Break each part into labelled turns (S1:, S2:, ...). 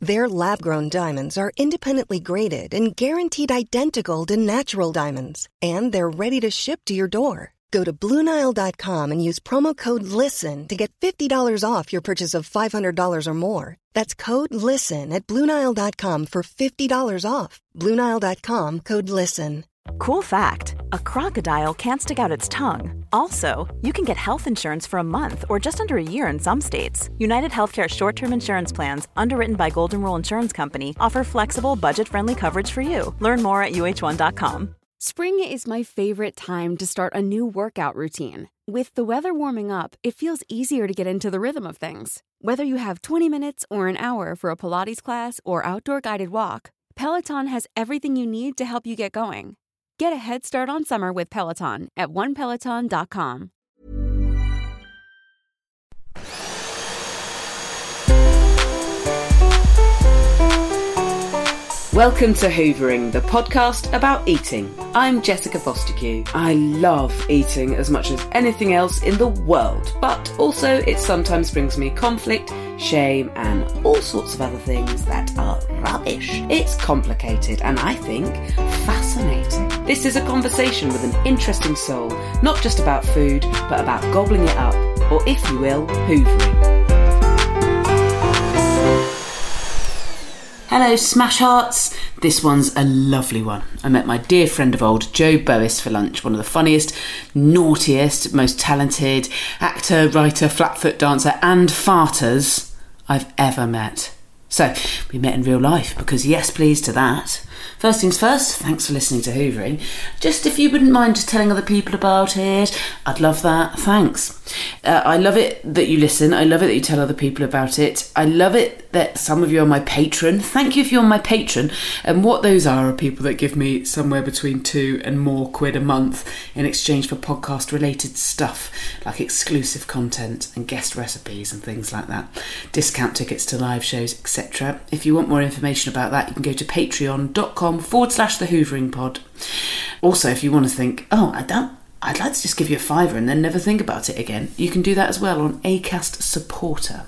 S1: Their lab grown diamonds are independently graded and guaranteed identical to natural diamonds, and they're ready to ship to your door. Go to BlueNile.com and use promo code LISTEN to get $50 off your purchase of $500 or more. That's code LISTEN at BlueNile.com for $50 off. BlueNile.com code LISTEN.
S2: Cool fact a crocodile can't stick out its tongue. Also, you can get health insurance for a month or just under a year in some states. United Healthcare short term insurance plans, underwritten by Golden Rule Insurance Company, offer flexible, budget friendly coverage for you. Learn more at UH1.com.
S3: Spring is my favorite time to start a new workout routine. With the weather warming up, it feels easier to get into the rhythm of things. Whether you have 20 minutes or an hour for a Pilates class or outdoor guided walk, Peloton has everything you need to help you get going. Get a head start on summer with Peloton at onepeloton.com.
S4: Welcome to Hoovering, the podcast about eating. I'm Jessica Fostercue. I love eating as much as anything else in the world, but also it sometimes brings me conflict, shame, and all sorts of other things that are rubbish. It's complicated and I think fascinating. This is a conversation with an interesting soul, not just about food, but about gobbling it up, or if you will, hoovering. Hello, Smash Hearts. This one's a lovely one. I met my dear friend of old, Joe Bois, for lunch. One of the funniest, naughtiest, most talented actor, writer, flatfoot dancer, and farters I've ever met. So, we met in real life because yes, please to that. First things first, thanks for listening to Hoovering. Just if you wouldn't mind just telling other people about it, I'd love that. Thanks. Uh, I love it that you listen. I love it that you tell other people about it. I love it that some of you are my patron. Thank you if you're my patron. And what those are are people that give me somewhere between two and more quid a month in exchange for podcast related stuff like exclusive content and guest recipes and things like that, discount tickets to live shows, etc. If you want more information about that, you can go to patreon.com forward slash the hoovering pod. Also, if you want to think, oh, I don't, I'd like to just give you a fiver and then never think about it again, you can do that as well on ACAST Supporter.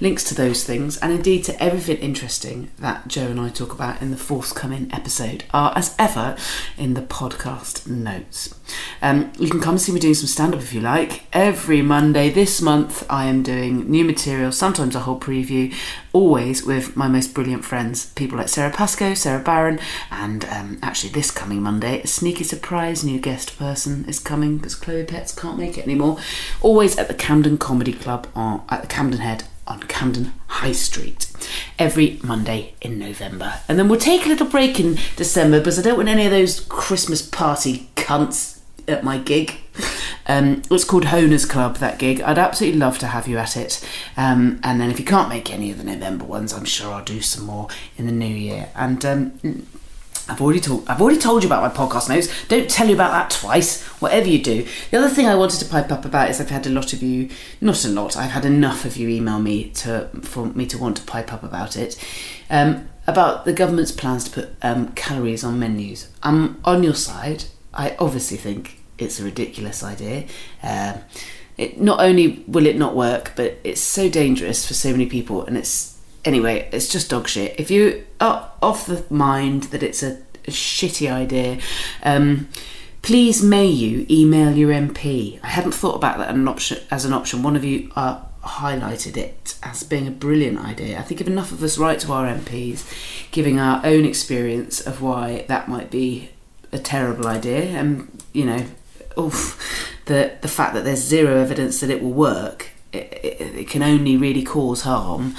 S4: Links to those things and indeed to everything interesting that Joe and I talk about in the forthcoming episode are, as ever, in the podcast notes. Um, you can come and see me doing some stand up if you like. Every Monday this month, I am doing new material, sometimes a whole preview, always with my most brilliant friends, people like Sarah Pascoe, Sarah Barron, and um, actually this coming Monday, a sneaky surprise new guest person is coming because Chloe Pets can't make it anymore. Always at the Camden Comedy Club on, at the Camden Head on Camden High Street every Monday in November. And then we'll take a little break in December because I don't want any of those Christmas party cunts at my gig. Um, it's called Honers Club, that gig. I'd absolutely love to have you at it. Um, and then if you can't make any of the November ones, I'm sure I'll do some more in the new year. And um, I've already told I've already told you about my podcast notes. Don't tell you about that twice. Whatever you do. The other thing I wanted to pipe up about is I've had a lot of you, not a lot. I've had enough of you email me to for me to want to pipe up about it. Um, about the government's plans to put um, calories on menus. I'm on your side. I obviously think it's a ridiculous idea. Um, it, not only will it not work, but it's so dangerous for so many people, and it's anyway, it's just dog shit. If you are of the mind that it's a, a shitty idea, um, please may you email your MP. I hadn't thought about that an option, as an option. One of you uh, highlighted it as being a brilliant idea. I think if enough of us write to our MPs, giving our own experience of why that might be a terrible idea, and you know, oof, the the fact that there's zero evidence that it will work it, it, it, can only really cause harm,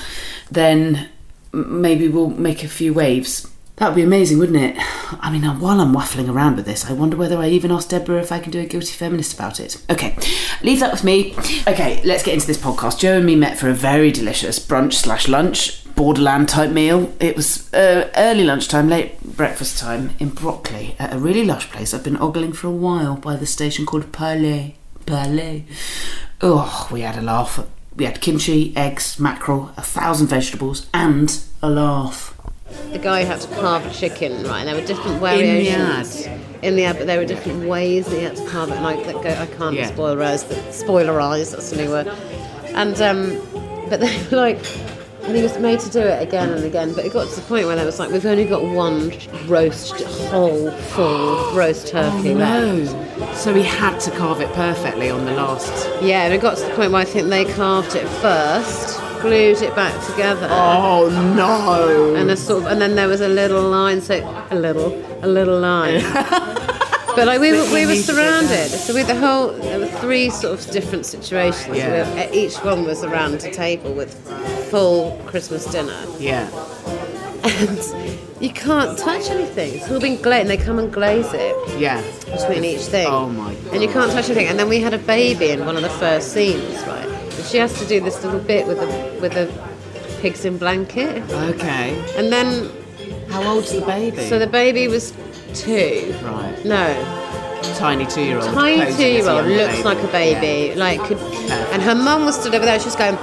S4: then maybe we'll make a few waves. That would be amazing, wouldn't it? I mean, while I'm waffling around with this, I wonder whether I even asked Deborah if I can do a guilty feminist about it. Okay, leave that with me. Okay, let's get into this podcast. Joe and me met for a very delicious brunch slash lunch borderland type meal. It was uh, early lunchtime, late breakfast time in Broccoli at a really lush place I've been ogling for a while by the station called Palais. Palais. Oh, we had a laugh. We had kimchi, eggs, mackerel, a thousand vegetables, and a laugh.
S5: The guy had to carve a chicken, right? And there were different variations.
S4: ad.
S5: In the ad, but there were different ways that he had to carve it. And I, that go, I can't
S4: Yeah.
S5: spoilerize, but spoilerize, that's the new word. And, um, but they were like, and he was made to do it again and again. But it got to the point where it was like, we've only got one roast, whole, full roast
S4: Oh,
S5: turkey left.
S4: So he had to carve it perfectly on the last.
S5: Yeah, and it got to the point where I think they carved it first, glued it back together.
S4: Oh no!
S5: and a sort of, and then there was a little line. So a little, a little line. but like we were, we were surrounded. So with the whole, there were three sort of different situations.
S4: Yeah.
S5: We were- each one was around a table with full Christmas dinner,
S4: Yeah.
S5: and you can't touch anything. It's all been glazed, and they come and glaze it
S4: Yeah.
S5: between each thing.
S4: Oh my
S5: And you can't touch anything. And then we had a baby in one of the first scenes, right? And she has to do this little bit with the with the pigs in blanket,
S4: Okay.
S5: and then
S4: How old's the baby?
S5: So the baby was two.
S4: right.
S5: No,
S4: Tiny two year old.
S5: tiny two-year-old looks like a baby. Like, could, and her mum was stood over there. She was going,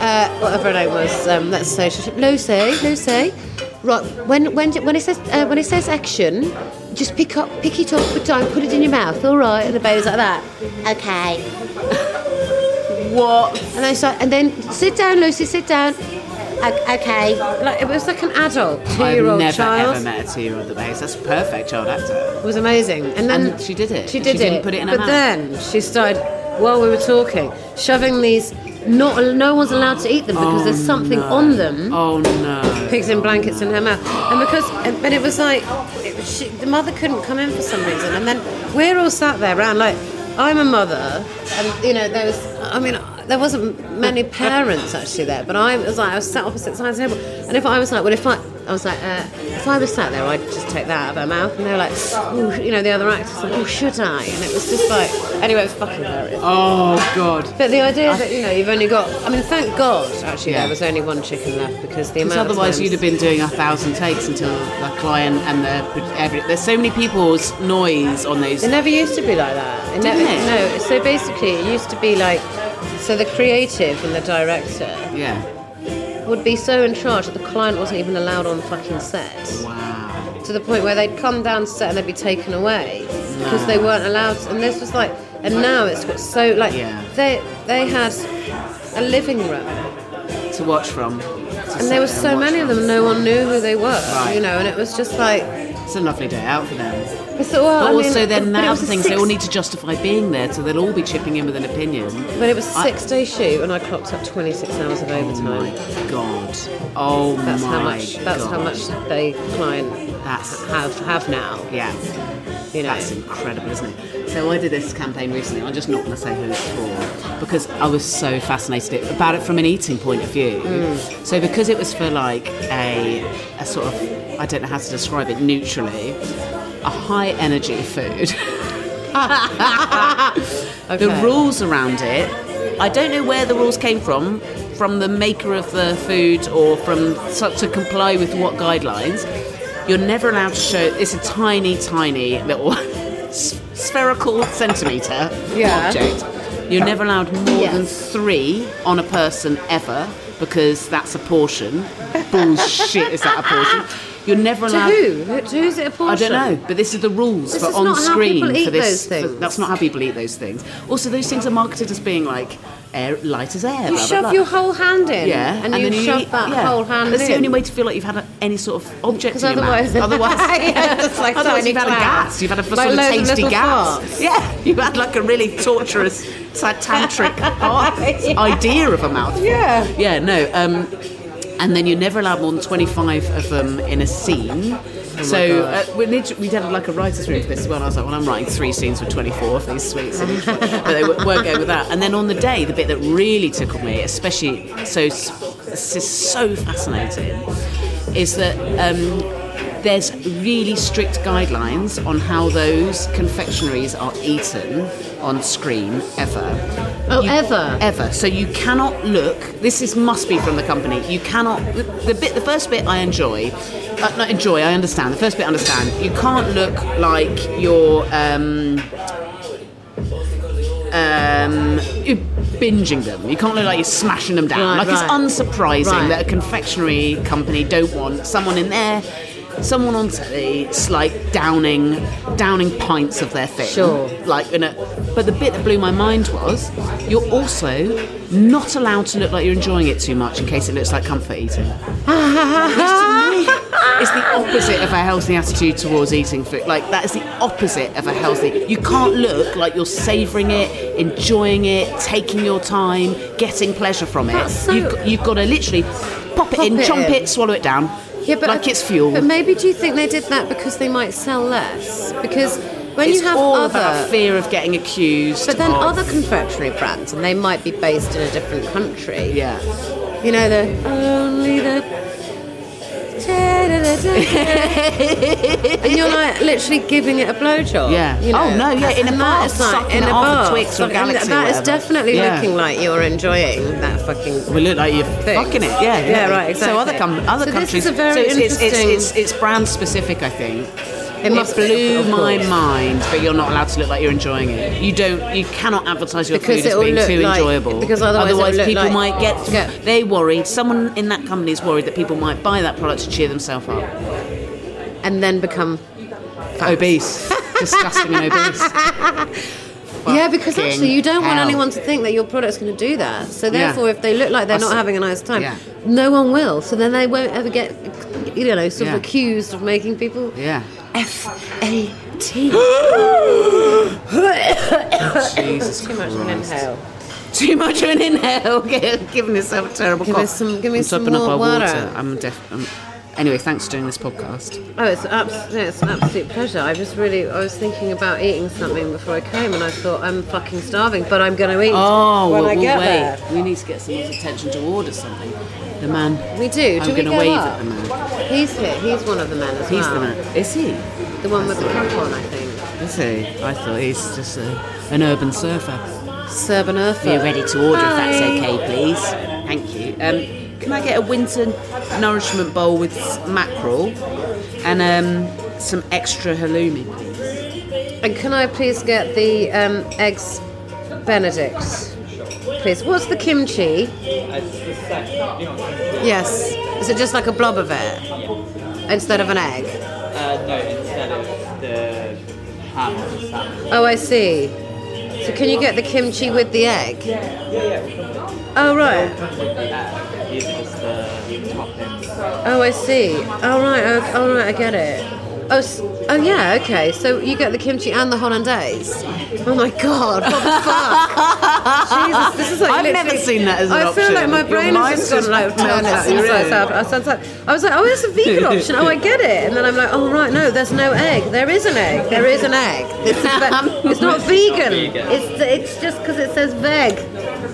S5: uh, whatever her name was. Um, let's say she said, Lucy, Lucy. Right, when when when it says uh, when it says action, just pick up, pick it up, but don't put it in your mouth. All right, and the baby's like that. Okay.
S4: What?
S5: And I said, and then sit down, Lucy, sit down. "O- Okay. Like it was like an adult two-year-old
S4: I've never
S5: child.
S4: ever met a two year old that behaves. That's perfect child actor.
S5: It was amazing. And then
S4: And she did it.
S5: She did
S4: She didn't
S5: it.
S4: put it in her
S5: but
S4: mouth.
S5: then she started while we were talking, shoving these. Not no one's allowed to eat them because there's something on them.
S4: Oh no.
S5: Pigs in blankets in her mouth, and because and, but it was like it, was- she, the mother couldn't come in for some reason, and then we're all sat there around like I'm a mother, and you know there was I mean there wasn't many parents actually there, but I was like I was sat opposite sides of the table, and if I was like well if I I was like uh, if I was sat there I'd just take that out of her mouth, and they were like oh you know the other actors like oh should I, and it was just like anyway it was fucking hilarious.
S4: Oh god.
S5: But the idea that you know you've only got I mean thank God actually
S4: Yeah.
S5: there was only one chicken left because the
S4: Because
S5: amount
S4: otherwise,
S5: of
S4: you'd have been doing a thousand takes until the client and the every. There's so many people's noise on those.
S5: It never used to be like that. It
S4: Didn't
S5: never,
S4: it?
S5: No. So basically, it used to be like so the creative and the director
S4: Yeah.
S5: would be so in charge that the client wasn't even allowed on fucking set
S4: Wow.
S5: to the point where they'd come down set and they'd be taken away because they weren't allowed. And this was like, and now it's got so like
S4: Yeah.
S5: they they had a living room.
S4: To watch from. To sit
S5: And there were
S4: and
S5: so
S4: watch
S5: many of
S4: from.
S5: them, no one knew who they were,
S4: Right.
S5: you know, and it was just like.
S4: It's a lovely day out for them.
S5: It's, well,
S4: But
S5: I mean,
S4: also, then
S5: but
S4: that
S5: it was
S4: other
S5: a
S4: thing, so they
S5: six-
S4: all need to justify being there, so they'll all be chipping in with an opinion.
S5: But it was a
S4: I-
S5: six day shoot, and I clocked up 26 hours of
S4: Oh
S5: overtime.
S4: my god! Oh
S5: That's
S4: my
S5: how much. That's how
S4: God.
S5: much they client
S4: That's-
S5: have have now.
S4: Yeah.
S5: You know.
S4: That's incredible, isn't it? So I did this campaign recently. I'm just not going to say who it's for because I was so fascinated it- about it from an eating point of view. So because it was for like a a sort of I don't know how to describe it neutrally, a high energy food. The
S5: Okay.
S4: rules around it, I don't know where the rules came from, from the maker of the food or from so- to comply with what guidelines. You're never allowed to show. It's a tiny, tiny little s- spherical centimeter
S5: Yeah.
S4: object. You're never allowed more than
S5: Yes.
S4: three on a person ever because that's a portion. Bullshit, is that a portion? You're never
S5: to
S4: allowed.
S5: who? Who- To who's it a
S4: I
S5: portion?
S4: don't know, but this is the rules
S5: This
S4: for
S5: is
S4: on
S5: not how
S4: screen
S5: people eat
S4: for this.
S5: those
S4: for-
S5: things.
S4: that's not how people eat those things. Also, those things are marketed as being like air, light as air.
S5: You
S4: blah, blah,
S5: shove
S4: blah.
S5: your whole hand in.
S4: yeah,
S5: And, you shove
S4: eat-
S5: that
S4: yeah.
S5: whole hand
S4: That's
S5: in.
S4: the only way to feel like you've had a, any sort of object.
S5: Because
S4: in your mouth.
S5: otherwise,
S4: otherwise,
S5: yeah, it's like
S4: otherwise
S5: tiny
S4: you've had a
S5: clouds.
S4: gas. You've had a
S5: Like
S4: sort of
S5: loads of
S4: tasty
S5: little
S4: gas.
S5: farts.
S4: Yeah, you've had like a really torturous, like, tantric part, idea of a mouthful.
S5: Yeah.
S4: yeah, no. Um, and then you're never allowed more than 25 of them in a scene.
S5: Oh
S4: so uh, we, lit- we did like a writer's room for this as well. and I was like, well, I'm writing three scenes with 24 of these sweets, and but they w- weren't going with that. And then on the day, the bit that really tickled me, especially so, s- this is so fascinating, is that um, There's really strict guidelines on how those confectionaries are eaten on screen ever.
S5: Oh, ever.
S4: Ever. So you cannot look. This is must be from the company. You cannot. The, the bit. The first bit I enjoy. Uh, not enjoy. I understand. The first bit I understand. You can't look like you're. Um, um, you're binging them. You can't look like you're smashing them down.
S5: Right,
S4: like
S5: right.
S4: it's unsurprising
S5: Right.
S4: that a confectionery company don't want someone in there. Someone on telly, s- like downing, downing pints of their thing.
S5: Sure.
S4: Like, in a, but the bit that blew my mind was you're also not allowed to look like you're enjoying it too much in case it looks like comfort eating. Which to me is the opposite of a healthy attitude towards eating food. Like that is the opposite of a healthy. You can't look like you're savouring it, enjoying it, taking your time, getting pleasure from it.
S5: That's so-
S4: you've, you've got to literally pop it
S5: Pop
S4: in,
S5: it
S4: chomp
S5: in.
S4: it, swallow it down.
S5: Yeah, but
S4: like it's fuel.
S5: But maybe do you think they did that because they might sell less? Because when
S4: it's
S5: you have
S4: all
S5: other,
S4: about fear of getting accused.
S5: but then
S4: of-
S5: other confectionery brands, and they might be based in a different country.
S4: Yeah.
S5: You know, the only the. and you're like literally giving it a blowjob.
S4: Yeah.
S5: You know?
S4: Oh, no, yeah, in a
S5: And
S4: bar,
S5: that is
S4: sucking
S5: in
S4: it
S5: a
S4: off a
S5: bar,
S4: Twix or
S5: fucking-
S4: Galaxy or
S5: That is
S4: whatever.
S5: definitely
S4: Yeah.
S5: looking like you're enjoying that fucking.
S4: We look like you're
S5: Thing.
S4: fucking it, yeah,
S5: Yeah, right,
S4: So other
S5: exactly.
S4: com- other
S5: So this
S4: countries,
S5: is a very
S4: so it's, it's, it's,
S5: interesting-
S4: it's, it's brand specific, I think.
S5: It must be,
S4: blew
S5: of
S4: my
S5: course.
S4: mind, but you're not allowed to look like you're enjoying it. You don't, you cannot advertise your
S5: Because
S4: food as
S5: it'll
S4: being
S5: look
S4: too
S5: like-
S4: enjoyable.
S5: because otherwise it'll look
S4: people
S5: like-
S4: might get,
S5: Yeah.
S4: they worried. Someone in that company is worried that people might buy that product to cheer themselves up.
S5: And then become.
S4: Obese, disgusting and obese.
S5: yeah, because
S4: Fucking
S5: actually, you don't want
S4: hell.
S5: anyone to think that your product's going to do that. So
S4: Yeah.
S5: therefore, if they look like they're
S4: That's-
S5: not having a nice time,
S4: yeah.
S5: no one will. So then they won't ever get, you know, sort
S4: Yeah.
S5: of accused of making people.
S4: Yeah.
S5: F A T.
S4: Jesus
S5: Too much of an
S4: Christ.
S5: inhale.
S4: Too much of an inhale. giving yourself a terrible
S5: Give
S4: cough.
S5: us some- give me
S4: I'm
S5: some
S4: sopping up
S5: more
S4: our
S5: water.
S4: I'm def- I'm- Anyway, thanks for doing this podcast.
S5: Oh, it's, abs- yeah, it's an absolute pleasure. I just really, I was thinking about eating something before I came, and I thought I'm fucking starving, but I'm going to eat when
S4: Oh, we'll,
S5: I
S4: we'll
S5: get
S4: wait.
S5: there.
S4: We need to get someone's attention to order something. The man.
S5: We do.
S4: I'm
S5: do we
S4: gonna
S5: go
S4: wave
S5: up? Ah.
S4: at the man.
S5: He's here. He's one of the men as
S4: He's
S5: well.
S4: the man. Is he?
S5: The one with the cap on, I think.
S4: Is he? I thought he's just a, an urban surfer.
S5: Serban Urfa.
S4: Are you ready to order if that's
S5: Hi.
S4: okay, please? Thank you. Um, can I get a winter nourishment bowl with s- mackerel and um, some extra halloumi, please?
S5: And can I please get the um, eggs Benedict, please? What's the kimchi? Yes. Is it just like a blob of it instead of an egg?
S6: Uh, no, instead of the ham or the salmon.
S5: Oh, I see. So can you get the kimchi with the egg? Oh right.
S6: These are just the toppings.
S5: Oh, I see. Oh right. Oh, oh right. I get it. Oh, s- oh yeah. Okay. So you get the kimchi and the hollandaise. Oh my god. What the fuck? Jesus, this is like
S4: I've never
S5: literally-
S4: seen that as an
S5: I feel like
S4: option.
S5: my
S4: Your
S5: brain
S4: mind
S5: has just gone
S4: just
S5: like turned
S4: melts out
S5: since
S4: your
S5: I
S4: head.
S5: said- I said that. I was like, oh, it's a vegan option. Oh, I get it. And then I'm like, oh right, no, there's no egg. There is an egg. There is an egg. This is ve- it's not vegan.
S6: vegan.
S5: It's it's just because it says veg.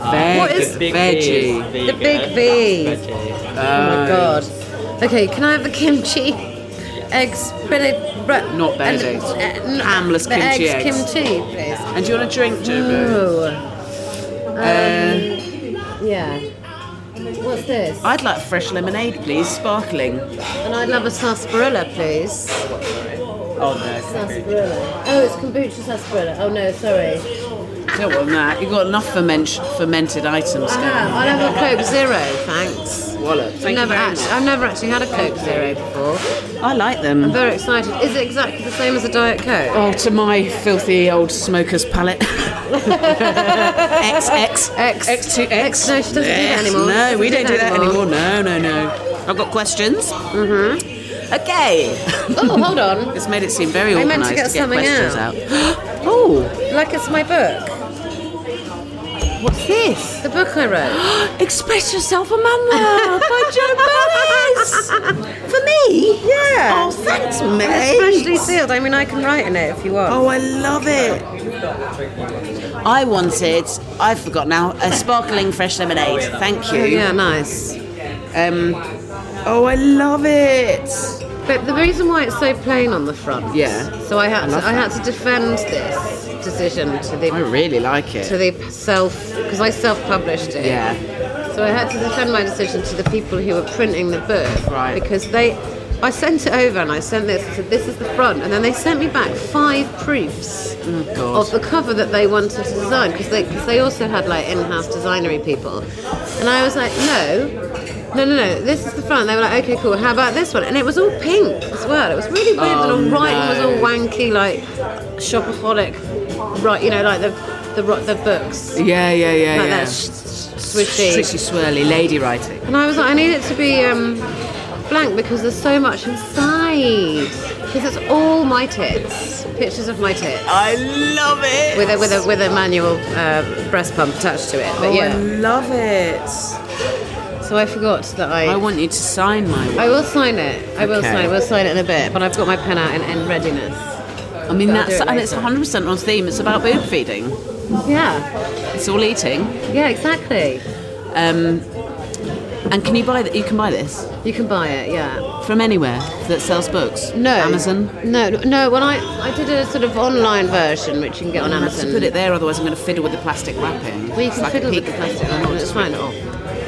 S4: Veg,
S5: What is-
S6: the big
S4: veggie.
S6: V
S5: The big V. Oh my god. Okay, can I have the kimchi? Eggs, Benedict. Bre-
S4: Not Benedict.
S5: and- uh, n-
S4: Hamless
S5: the
S4: kimchi
S5: eggs,
S4: eggs.
S5: kimchi, please.
S4: And do you want a drink, Jobo?
S5: Ooh,
S4: Uh,
S5: Um, yeah. What's this?
S4: I'd like fresh lemonade, please, sparkling.
S5: And I'd love a sarsaparilla, please.
S6: Oh no.
S5: Sarsaparilla. Oh, it's kombucha sarsaparilla. Oh no, sorry.
S4: Don't want that. You've got enough ferment- fermented items
S5: I
S4: going.
S5: have. I'll have a Coke Zero, thanks.
S4: Wallet. Thank
S5: I've never
S4: you very
S5: actually, I've never actually had a Coke Zero before.
S4: much. I like them.
S5: Very excited. Is it exactly the same as a Diet Coke?
S4: Oh, to my filthy old smoker's palate. X, X,
S5: X.
S4: X2, X.
S5: X, no, she doesn't do that
S4: Yes,
S5: anymore. She
S4: No,
S5: doesn't
S4: we
S5: do
S4: don't
S5: that
S4: do that
S5: anymore.
S4: anymore. No, no, no. I've got questions. Mm-hmm. Okay.
S5: Oh, hold on.
S4: It's made it seem very
S5: I
S4: organised
S5: meant to get something
S4: questions out. oh,
S5: Like it's my book.
S4: what's this?
S5: The book I wrote.
S4: Express Yourself Amanda by Joe Burris. For me?
S5: Yeah.
S4: Oh, thanks,
S5: It's freshly
S4: mate.
S5: sealed. I mean, I can write in it if you want.
S4: Oh, I love it. I wanted, I forgot now, a sparkling fresh lemonade. Thank
S5: Oh,
S4: you.
S5: yeah, nice.
S4: Oh, I love it.
S5: But the reason why it's so plain on the front.
S4: Yeah.
S5: So I had
S4: I
S5: to,
S4: love
S5: I had
S4: that.
S5: to defend this decision to the
S4: I really like it.
S5: to the self because I self-published it.
S4: Yeah.
S5: So I had to defend my decision to the people who were printing the book.
S4: Right.
S5: Because they, I sent it over and I sent this. I said this is the front, and then they sent me back five proofs
S4: Oh, God.
S5: of the cover that they wanted to design because they because they also had like in-house designery people, and I was like no. No, no, no. This is the front. They were like, okay, cool. How about this one? And it was all pink as well. It was really weird.
S4: Oh,
S5: and the writing was
S4: no.
S5: all wanky, like shopaholic, right? You know, like the the ro- the books
S4: yeah, yeah, yeah,
S5: like
S4: yeah.
S5: that sh- swishy.
S4: Swishy, swirly, lady writing.
S5: And I was like, I need it to be um, blank because there's so much inside. Because it's all my tits, pictures of my tits,
S4: I love it.
S5: with a with a with a manual uh, breast pump attached to it. But
S4: Oh, I
S5: yeah,
S4: love it.
S5: so I forgot that I.
S4: I want you to sign my one.
S5: I will sign it. I will
S4: Okay.
S5: sign. We'll sign it in a bit. But I've got my pen out in, in readiness.
S4: I mean,
S5: But I'll
S4: that's
S5: do it
S4: and it's
S5: later.
S4: 100 percent on theme. It's about boob feeding.
S5: Yeah.
S4: It's all eating.
S5: Yeah. Exactly.
S4: Um, and can you buy that? You can buy this
S5: You can buy it. Yeah.
S4: from anywhere that sells books.
S5: No.
S4: Amazon.
S5: No, no, no. Well, I, I did a sort of online version, which you can get on
S4: I have
S5: Amazon.
S4: to put it there, otherwise I'm going to fiddle with the plastic wrapping.
S5: Well, you
S4: It's
S5: can
S4: like a
S5: fiddle with the
S4: peacock.
S5: plastic wrap, it's fine.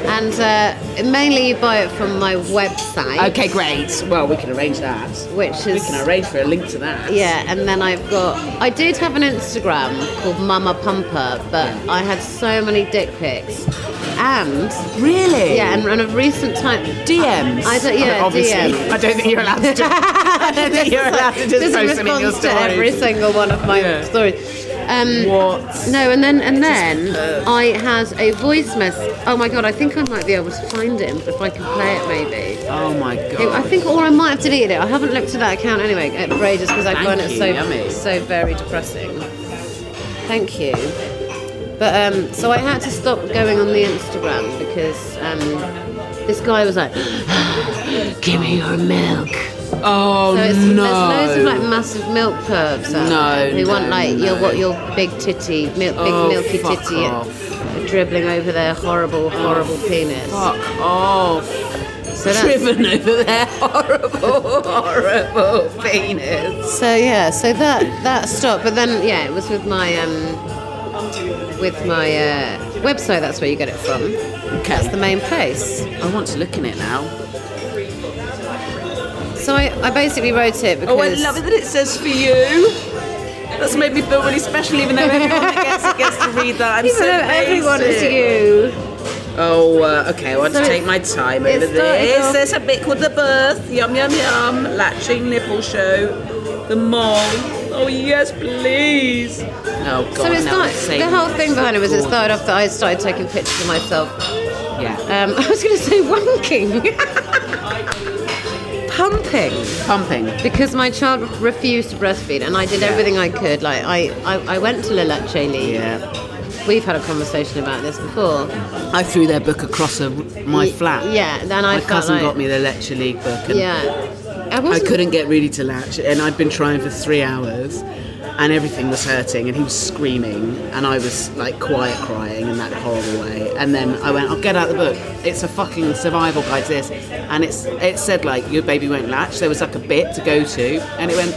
S5: And uh, mainly you buy it from my website.
S4: Okay, great. Well, we can arrange that.
S5: Which
S4: We
S5: is.
S4: can arrange for a link to that.
S5: Yeah, and then I've got. I did have an Instagram called Mama Pumper, but I had so many dick pics. And.
S4: Really?
S5: Yeah, and, and of recent time.
S4: DMs.
S5: I don't- yeah,
S4: obviously.
S5: DMs.
S4: I don't think you're allowed to. I don't think you're allowed to just
S5: This
S4: post them in your
S5: responds to
S4: stories.
S5: every single one of my
S4: Yeah.
S5: stories. Um,
S4: What?
S5: No, and then and then I had a voice message. Oh my god, I think I might be able to find it if I can play it maybe.
S4: Oh my
S5: It-
S4: god.
S5: I think, or I might have deleted it. I haven't looked at that account anyway at Braiders because I
S4: Thank
S5: find it
S4: you,
S5: so
S4: yummy.
S5: so very depressing. Thank you. But um, so I had to stop going on the Instagram because um, this guy was like, "Give me your milk."
S4: Oh
S5: So it's,
S4: no.
S5: there's loads of like massive milk pervs out
S4: No,
S5: there who
S4: no,
S5: want like
S4: no.
S5: your what your big titty, milk, big
S4: Oh,
S5: milky
S4: fuck
S5: titty,
S4: off. Oh,
S5: dribbling over their horrible, horrible penis.
S4: Fuck off.
S5: So that's-
S4: Driven over there. Horrible, horrible penis.
S5: So yeah, so that that stopped. But then yeah, it was with my um, with my uh, website. That's where you get it from. That's the main place.
S4: I want to look in it now.
S5: So I, I basically wrote it because
S4: Oh, I love it that it says for you. That's made me feel really special, even though everyone that gets it gets to read that. I'm
S5: Even
S4: so
S5: though everyone is
S4: basic.
S5: you.
S4: Oh, uh, okay. I want
S5: So
S4: to
S5: it-
S4: take my time
S5: it
S4: over
S5: started
S4: this.
S5: off-
S4: There's a bit called the birth. Yum yum yum. Latching nipple show. The mole. Oh yes, please. Oh god.
S5: So it's
S4: now
S5: not
S4: I'm
S5: the
S4: saying
S5: whole
S4: this.
S5: thing behind it was it
S4: Gorgeous.
S5: started off that I started taking pictures of myself.
S4: Yeah.
S5: Um, I was going to say wanking, pumping.
S4: Pumping.
S5: Because my child refused to breastfeed, and I did everything I could. Like I, I, I went to La Leche League.
S4: Yeah.
S5: We've had a conversation about this before.
S4: I threw their book across a, my
S5: Y-
S4: flat.
S5: Yeah, then I
S4: My
S5: felt
S4: cousin
S5: like,
S4: got me the lecture league book. And
S5: Yeah, I,
S4: I
S5: wasn't-
S4: couldn't get really to latch, and I'd been trying for three hours, and everything was hurting, and he was screaming, and I was like quiet crying in that horrible way. And then I went, "I'll get out the book. It's a fucking survival guide, to this." And it's it said like your baby won't latch. There was like a bit to go to, and it went.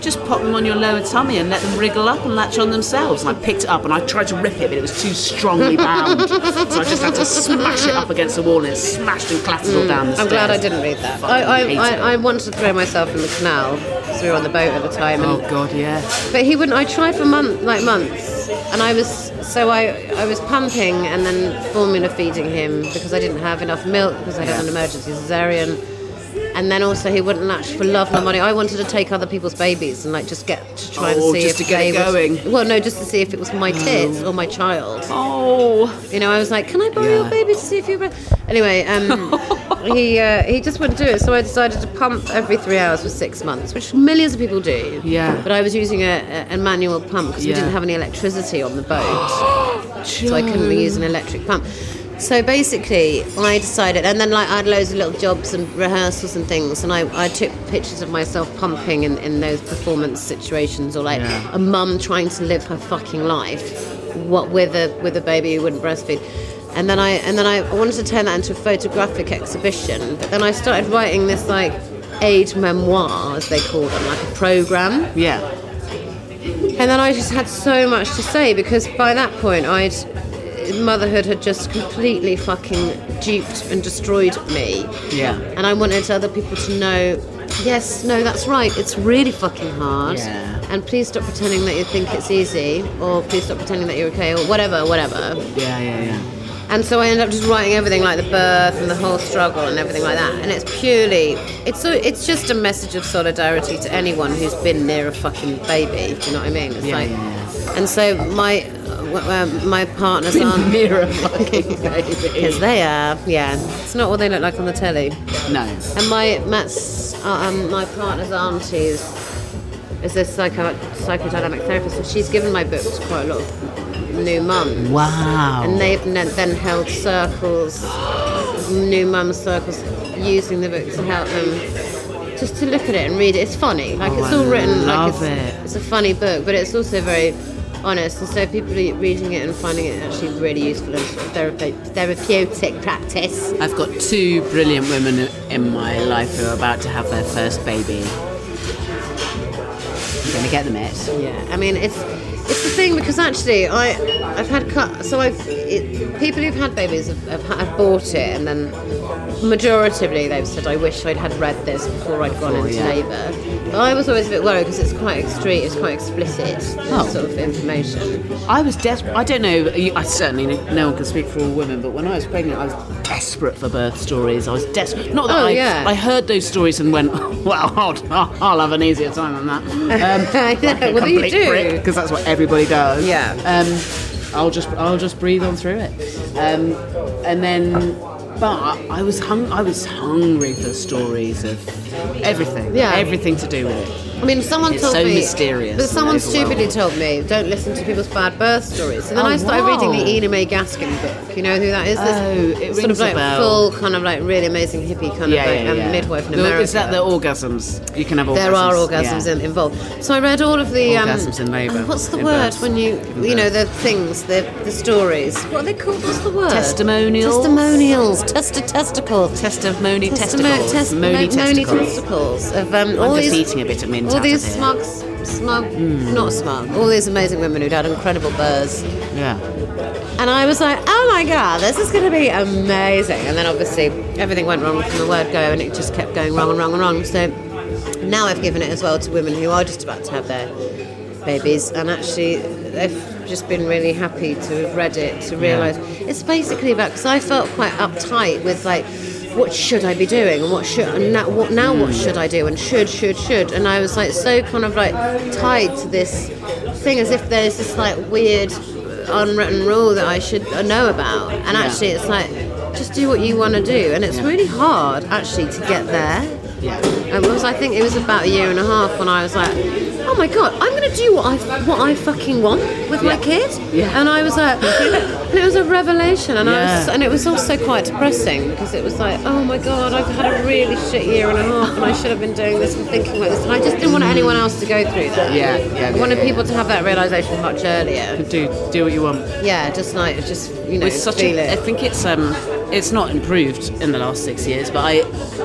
S4: Just pop them on your lower tummy and let them wriggle up and latch on themselves. And I picked it up and I tried to rip it, but it was too strongly bound. so I just had to smash it up against the wall and it smashed and clattered all down the
S5: I'm
S4: stairs.
S5: glad I didn't read that. I,
S4: Fucking
S5: I,
S4: hate
S5: I,
S4: it.
S5: I wanted to throw myself in the canal because we were on the boat at the time. And,
S4: Oh god, yeah.
S5: But he wouldn't. I tried for month, like months, and I was so I, I was pumping and then formula feeding him because I didn't have enough milk because I had an emergency cesarean. And then also he wouldn't latch for love nor money. I wanted to take other people's babies and like just get to try
S4: Oh,
S5: and see
S4: just
S5: if
S4: to get
S5: they
S4: it
S5: was-
S4: going.
S5: well, no, just to see if it was my tits or my child.
S4: Oh,
S5: You know, I was like, "Can I borrow your
S4: Yeah.
S5: baby to see if you're?" Anyway, um, he uh, he just wouldn't do it, so I decided to pump every three hours for six months, which millions of people do.
S4: Yeah.
S5: But I was using a, a, a manual pump because
S4: Yeah.
S5: we didn't have any electricity on the boat, so I couldn't use an electric pump. So basically, I decided, and then like I had loads of little jobs and rehearsals and things, and I, I took pictures of myself pumping in, in those performance situations, or like
S4: Yeah.
S5: a mum trying to live her fucking life, what with a with a baby who wouldn't breastfeed, and then I and then I wanted to turn that into a photographic exhibition, but then I started writing this like aid memoir, as they call them, like a program.
S4: Yeah.
S5: And then I just had so much to say because by that point, I'd motherhood had just completely fucking duped and destroyed me.
S4: Yeah.
S5: And I wanted other people to know, yes, no, that's right. It's really fucking hard.
S4: Yeah.
S5: And please stop pretending that you think it's easy, or please stop pretending that you're okay, or whatever, whatever.
S4: Yeah, yeah, yeah.
S5: And so I ended up just writing everything like the birth and the whole struggle and everything like that. And it's purely, it's so, it's just a message of solidarity to anyone who's been near a fucking baby. Do you know what I mean? It's like, and so my uh, w- uh, my partner's aunt near a fucking baby because they are, yeah. It's not what they look like on the telly.
S4: No.
S5: And my Matt's, uh, um, my partner's auntie is, is a psycho, psychodynamic therapist, and she's given my book to quite a lot of new mums.
S4: Wow.
S5: And they've ne- then held circles, new mum circles, using the book to help them just to look at it and read it. It's funny, like
S4: Oh,
S5: it's
S4: I
S5: all written like
S4: love
S5: it's,
S4: it.
S5: it's a funny book, but it's also very honest. And so people are reading it and finding it actually really useful in sort of therape- therapeutic practice.
S4: I've got two brilliant women in my life who are about to have their first baby. I'm going to get them it.
S5: Yeah, I mean it's it's the thing because actually I I've had cut so I've it, people who've had babies have, have, ha- have bought it and then majoritively they've said I wish I'd had read this before I'd gone into
S4: yeah.
S5: labour. But I was always a bit worried because it's quite extreme, it's quite explicit
S4: Oh.
S5: sort of information.
S4: I was desperate. I don't know. you- I certainly no one can speak for all women, but when I was pregnant, I was desperate for birth stories. I was desperate. Not that
S5: Oh,
S4: I,
S5: yeah.
S4: I heard those stories and went, "Well, I'll, I'll have an easier time than that." Um,
S5: I know, what do you do?
S4: because that's what everybody does.
S5: Yeah.
S4: Um, I'll just I'll just breathe on through it, um, and then. But I was hung. I was hungry for stories of everything.
S5: Yeah.
S4: Everything to do with it.
S5: I mean, someone
S4: It's
S5: told
S4: so
S5: me.
S4: mysterious
S5: But
S4: and
S5: someone
S4: overwhelming.
S5: stupidly told me, don't listen to people's bad birth stories. So then
S4: Oh,
S5: I started
S4: wow.
S5: reading the Ena May Gaskin book. You know who that is? This
S4: Oh, it
S5: sort
S4: rings
S5: of
S4: a
S5: like
S4: bell.
S5: full, kind of like really amazing hippie kind of like um, midwife in
S4: The-
S5: America.
S4: Is that the orgasms? You can have orgasms.
S5: there are orgasms
S4: yeah.
S5: in, involved. So I read all of the um,
S4: Orgasms in labour,
S5: What's the
S4: in
S5: word
S4: birth,
S5: when you
S4: in
S5: you know
S4: birth.
S5: the things the the stories? What are they called? What's the word?
S4: Testimonials.
S5: Testimonials. Test testicles.
S4: Testimony testicles.
S5: Test-
S4: Mony
S5: mo- mony
S4: testicles.
S5: testicles of um, all
S4: just
S5: these,
S4: eating a bit of mint
S5: All
S4: out
S5: these
S4: of here. Hmm.
S5: smug, smug, not smug. All these amazing women who'd had incredible births,
S4: Yeah.
S5: and I was like, oh my god, this is going to be amazing. And then obviously everything went wrong from the word go, and it just kept going wrong and wrong and wrong. So now I've given it as well to women who are just about to have their babies, and actually they've just been really happy to have read it to realise it's basically about because I felt quite uptight with like. What should I be doing, and what should and now what now what should I do, and should should should, and I was like so kind of like tied to this thing as if there's this like weird unwritten rule that I should know about, and actually it's like just do what you want to do, and it's really hard actually to get there. Um,
S4: Yeah.
S5: It was, I think it was about a year and a half when I was like, oh my god, I'm going to do what I, what I fucking want with my kid.
S4: Yeah.
S5: And I was like, and it was a revelation. And, I was,
S4: Yeah.
S5: and it was also quite depressing because it was like, oh my god, I've had a really shit year and a half and I should have been doing this and thinking like this. And I just didn't want anyone else to go through that.
S4: Yeah, yeah,
S5: I wanted
S4: yeah, yeah.
S5: people to have that realization much earlier.
S4: Do do what you want.
S5: Yeah, just like, just, you know,
S4: It's such
S5: feel
S4: a, I
S5: it.
S4: think it's um, it's not improved in the last six years, but I,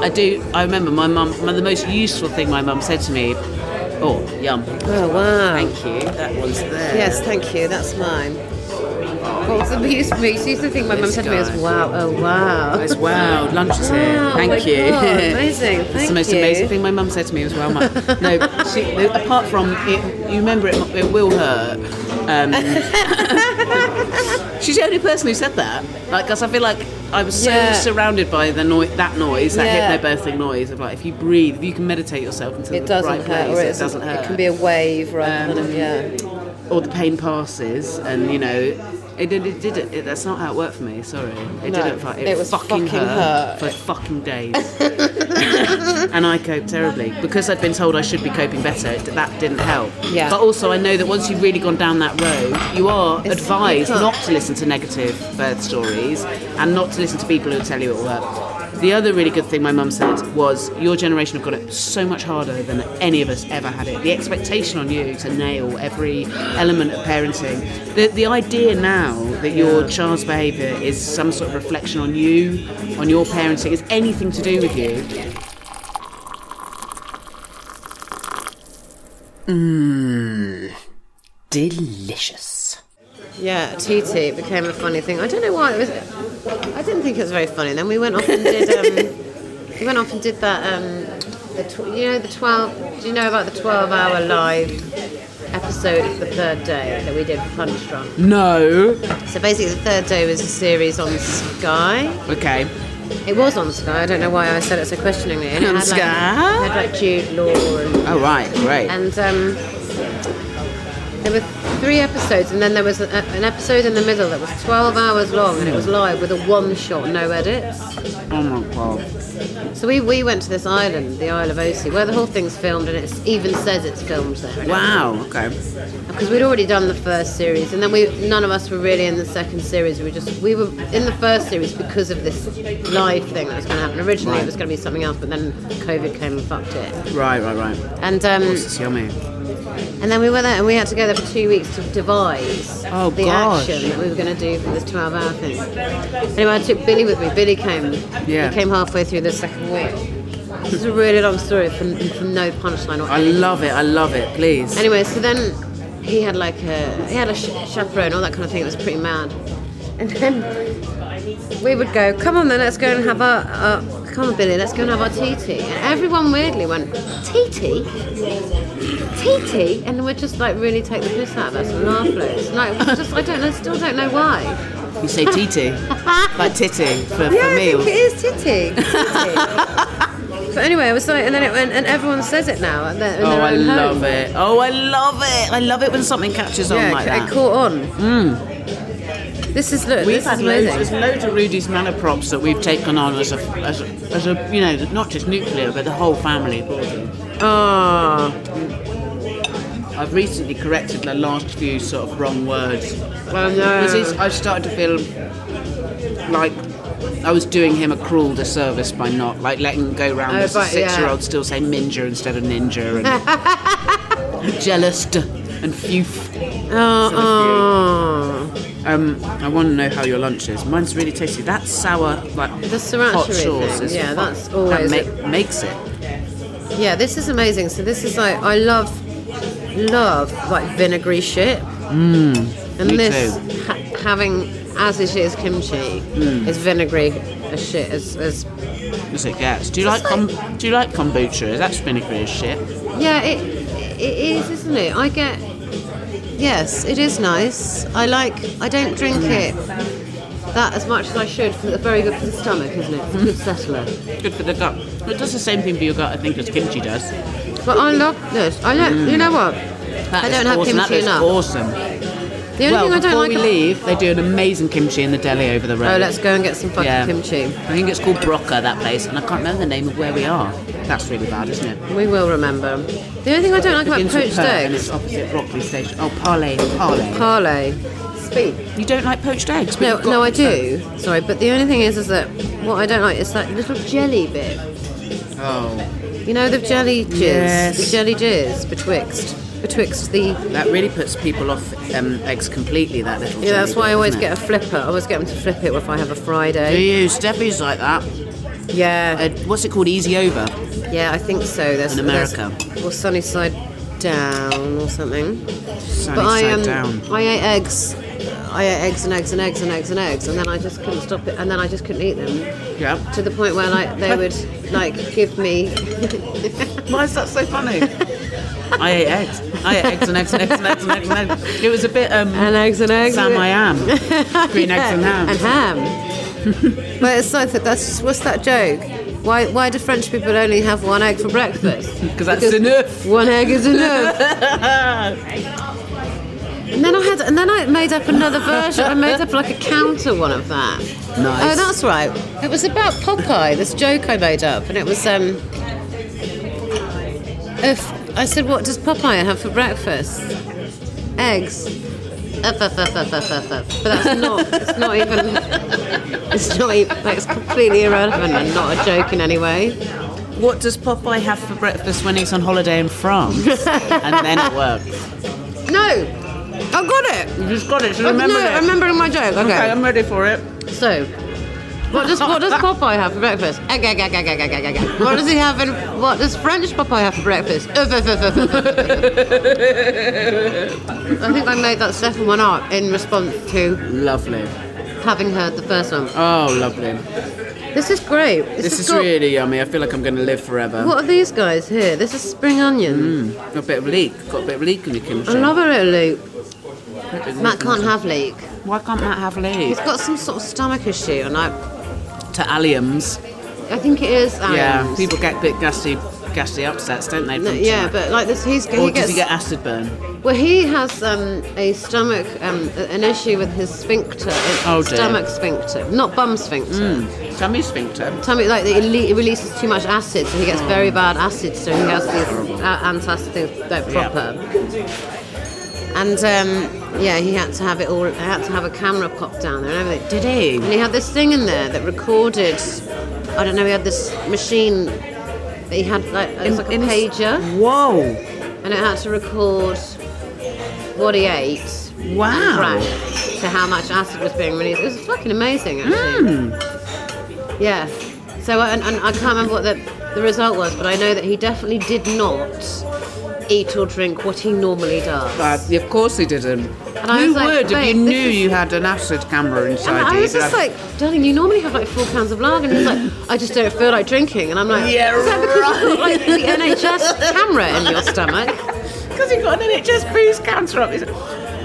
S4: I do. I remember my mum. The most useful thing my mum said to me. Oh, yum!
S5: Oh, wow.
S4: Thank you. That one's there.
S5: Yes, thank you. That's mine. What was the most useful thing my mum
S4: This
S5: said to me was,
S4: guy.
S5: wow, oh wow.
S4: It's wow. Lunch is here.
S5: Wow,
S4: Thank
S5: my
S4: you.
S5: God, amazing,
S4: it's
S5: thank
S4: the most
S5: you.
S4: amazing thing my mum said to me was wow. Mum. No, she, no, apart from it, you remember it. It will hurt. Um, she's the only person who said that. Like, because I feel like I was so
S5: Yeah.
S4: surrounded by the noi- that noise, that
S5: Yeah.
S4: hypnobirthing noise of like, if you breathe, if you can meditate yourself into
S5: It
S4: the
S5: doesn't
S4: right
S5: hurt,
S4: place,
S5: or it,
S4: it doesn't hurt.
S5: It can be a wave rather than a,
S4: Um,
S5: yeah.
S4: or the pain passes, and you know, it did. It did. It, that's not how it worked for me. Sorry, it
S5: No,
S4: didn't. fu- It,
S5: it was
S4: fucking,
S5: fucking
S4: hurt,
S5: hurt.
S4: for fucking days, and I coped terribly because I'd been told I should be coping better. it- That didn't help.
S5: Yeah.
S4: But also, I know that once you've really gone down that road, you are
S5: It's-
S4: advised
S5: you can't-
S4: not to listen to negative birth stories and not to listen to people who tell you it will work. The other really good thing my mum said was, Your generation have got it so much harder than any of us ever had it. The expectation on you to nail every element of parenting. The, the idea now that your child's behaviour is some sort of reflection on you, on your parenting, is anything to do with you, Delicious.
S5: Yeah, TT became a funny thing. I don't know why it was. I didn't think it was very funny. Then we went off and did. Um, we went off and did that. Um, the tw- you know the twelve. Do you know about the twelve-hour live episode of the third day that we did for Punchtron?
S4: No.
S5: So basically, the third day was a series on Sky.
S4: Okay.
S5: It was on Sky. I don't know why I said it so questioningly. And it
S4: On
S5: had, like-
S4: Sky?
S5: it had like Jude Law and
S4: Oh, right, great.
S5: and um, there were three episodes, and then there was a, an episode in the middle that was 12 hours long, and it was live with a one shot, no edits.
S4: oh my god.
S5: So we, we went to this island, the Isle of Osi, where the whole thing's filmed, and it even says it's filmed there.
S4: Wow, okay.
S5: Because we'd already done the first series, and then we none of us were really in the second series. We were just we were in the first series because of this live thing that was going to happen. Originally, it was going to be something else, but then COVID came and fucked it.
S4: Right, right, right.
S5: And um,
S4: It's yummy.
S5: And then we were there, and we had to go there for two weeks to devise
S4: Oh,
S5: the
S4: gosh.
S5: action that we were going to do for this 12 hour thing. Anyway, I took Billy with me. Billy came.
S4: Yeah.
S5: He came halfway through the second week. This is a really long story from, from no punchline or
S4: I love it, I love it, please.
S5: Anyway, so then he had like a he had a sh- chaperone, all that kind of thing. It was pretty mad. And then we would go, come on then, let's go and have our, our come on Billy, let's go and have our TT. And everyone weirdly went TT, TT, and we'd just like really take the piss out of us and laugh loads. Like it's just I don't know, still don't know why.
S4: You say titi. like titty for, for
S5: yeah, I
S4: meals.
S5: think it is titty. Titty. But anyway, it was like, and then it went, and everyone says it now. At their, in
S4: Oh,
S5: their
S4: I
S5: own home.
S4: love it. Oh, I love it. I love it when something catches on like
S5: it-
S4: that. Mm.
S5: it caught on. This is look.
S4: We've
S5: this
S4: had
S5: is
S4: loads,
S5: amazing.
S4: there's loads of Rudy's Manor props that we've taken on as a, as a, as a you know, not just nuclear, but the whole family bought them.
S5: Ah,
S4: I've recently corrected the last few sort of wrong words.
S5: Well, no.
S4: Because it's- I started to feel like I was doing him a cruel disservice by not, like, letting him go round
S5: Oh,
S4: as a
S5: but, yeah.
S4: six year old still say ninja instead of ninja and jealous d- and fuf.
S5: Uh-uh. ah, ah.
S4: Um, I want to know how your lunch is. Mine's really tasty. That sour, like
S5: The sriracha
S4: hot
S5: thing,
S4: sauce, is
S5: yeah,
S4: fu-
S5: that's
S4: that
S5: always
S4: ma-
S5: it.
S4: makes it.
S5: Yeah, this is amazing. So this is like I love, love like vinegary shit. Mmm. And
S4: Mm. me
S5: this
S4: too. Mm.
S5: ha- having as it is kimchi is vinegary as shit as, as
S4: As it gets. Do you like com- do you like kombucha? Is that spinacry as shit?
S5: Yeah, it, it is, isn't it? I get. Yes, it is nice. I like. I don't drink it that as much as I should. 'cause it's very good for the stomach, isn't it? It's a good settler.
S4: Good for the gut. It does the same thing for your gut, I think, as kimchi does.
S5: But I love this. I like. You know what?
S4: That
S5: I
S4: is
S5: don't have
S4: awesome.
S5: kimchi
S4: that is
S5: enough.
S4: awesome.
S5: The only
S4: well,
S5: thing I
S4: before
S5: don't
S4: we
S5: like.
S4: leave, they do an amazing kimchi in the deli over the road.
S5: oh, let's go and get some fucking
S4: Yeah.
S5: kimchi.
S4: I think it's called Brocca, that place, and I can't remember the name of where we are. That's really bad, isn't it?
S5: We will remember. The only thing I don't like about
S4: Begins with
S5: poached
S4: P, and
S5: eggs,
S4: it's opposite Broccoli Station. Oh, Parley, Parley.
S5: parlay. Speak.
S4: You don't like poached eggs? but
S5: No,
S4: you've got
S5: no, I
S4: them.
S5: do. Sorry, but the only thing is, is that what I don't like is that little jelly bit.
S4: Oh,
S5: You know the jelly jizz,
S4: Yes.
S5: the jelly jizz betwixt betwixt the.
S4: that really puts people off um, eggs completely. That little.
S5: Yeah, that's
S4: jelly
S5: why I
S4: bit,
S5: always
S4: isn't
S5: get a
S4: it?
S5: flipper. I always get them to flip it if I have a
S4: Do
S5: Friday.
S4: you? Steffi's like that. Uh,
S5: Yeah,
S4: what's it called? Easy over.
S5: yeah, I think so. There's
S4: In America.
S5: there's- or sunny side down or something.
S4: Sunny
S5: but I
S4: side
S5: um,
S4: down.
S5: I ate eggs. I ate eggs and eggs and eggs and eggs and eggs, and then I just couldn't stop it, and then I just couldn't eat them
S4: Yeah.
S5: to the point where like they would like give me.
S4: Why is that so funny? I ate eggs. I ate eggs and eggs and eggs and eggs and eggs. And eggs. It was a bit um,
S5: And eggs and eggs.
S4: Sam I am. Green eggs and ham.
S5: And ham. but it's like that. That's what's that joke? Why why do French people only have one egg for breakfast?
S4: 'Cause that's enough.
S5: One egg is enough. and then I had and then I made up another version. I made up like a counter one of that.
S4: Nice.
S5: Oh, that's right. It was about Popeye. This joke I made up, and it was um. If I said, "What does Popeye have for breakfast?" Eggs. Up, up, up, up, up, up, up. But that's not. It's not even. It's not even. That's completely irrelevant and not a joke in any way.
S4: What does Popeye have for breakfast when he's on holiday in France? and then it works.
S5: No, I got it.
S4: You just got it. So
S5: Oh, no,
S4: remember it.
S5: I'm remembering my joke. Okay.
S4: Okay, I'm ready for it.
S5: So, What does what does Popeye have for breakfast? Egg, egg, egg, egg, egg, egg, egg, egg. What does he have? In, what does French Popeye have for breakfast? Uff, uff, uff, uff, uff, uff. I think I made that second one up in response to
S4: Lovely.
S5: having heard the first one.
S4: Oh, lovely.
S5: This is great.
S4: This
S5: has
S4: is
S5: got-
S4: really yummy. I feel like I'm going to live forever.
S5: What are these guys here? This is spring onion.
S4: Got a bit of leek. Got a bit of leek in your kimchi.
S5: I love a little leek. Matt can't have leek.
S4: Why can't Matt have leek?
S5: He's got some sort of stomach issue, and I,
S4: To alliums.
S5: I think it is.
S4: Yeah,
S5: Aaron's.
S4: people get a bit gassy, gassy upsets, don't they?
S5: No,
S4: from
S5: yeah,
S4: too much?
S5: but like this, he's
S4: Or
S5: he
S4: does
S5: gets.
S4: he get acid burn?
S5: Well, he has um, a stomach, um, a- an issue with his sphincter, uh,
S4: Oh, dear. Hmm.
S5: stomach sphincter, not bum sphincter.
S4: Tummy sphincter.
S5: Tummy, like it, ele- it releases too much acid, so he gets very bad acid. So he has these uh, antacid things like
S4: Hmm. Yeah.
S5: proper. And um, yeah, he had to have it all. He had to have a camera pop down there and everything.
S4: Did he?
S5: And he had this thing in there that recorded. I don't know. He had this machine. That he had like it was like a
S4: in his-
S5: pager,
S4: Whoa!
S5: and it had to record what he ate. and
S4: Wow.
S5: drank To how much acid was being released. It was fucking amazing, actually.
S4: Hmm.
S5: Yeah. So I- and, and I can't remember what the, the result was, but I know that he definitely did not eat or drink what he normally does.
S4: But Uh, of course he didn't.
S5: And I
S4: Who
S5: was like,
S4: would if you
S5: babe, this
S4: knew
S5: is-
S4: you had an acid camera
S5: And
S4: inside you?
S5: I was
S4: You'd have-
S5: just like, darling, you normally have like four pounds of lager. And he's like, I just don't feel like drinking. And I'm like, yeah, is that because you've got like the NHS camera in your stomach?
S4: Because he got an NHS booze counter up. his-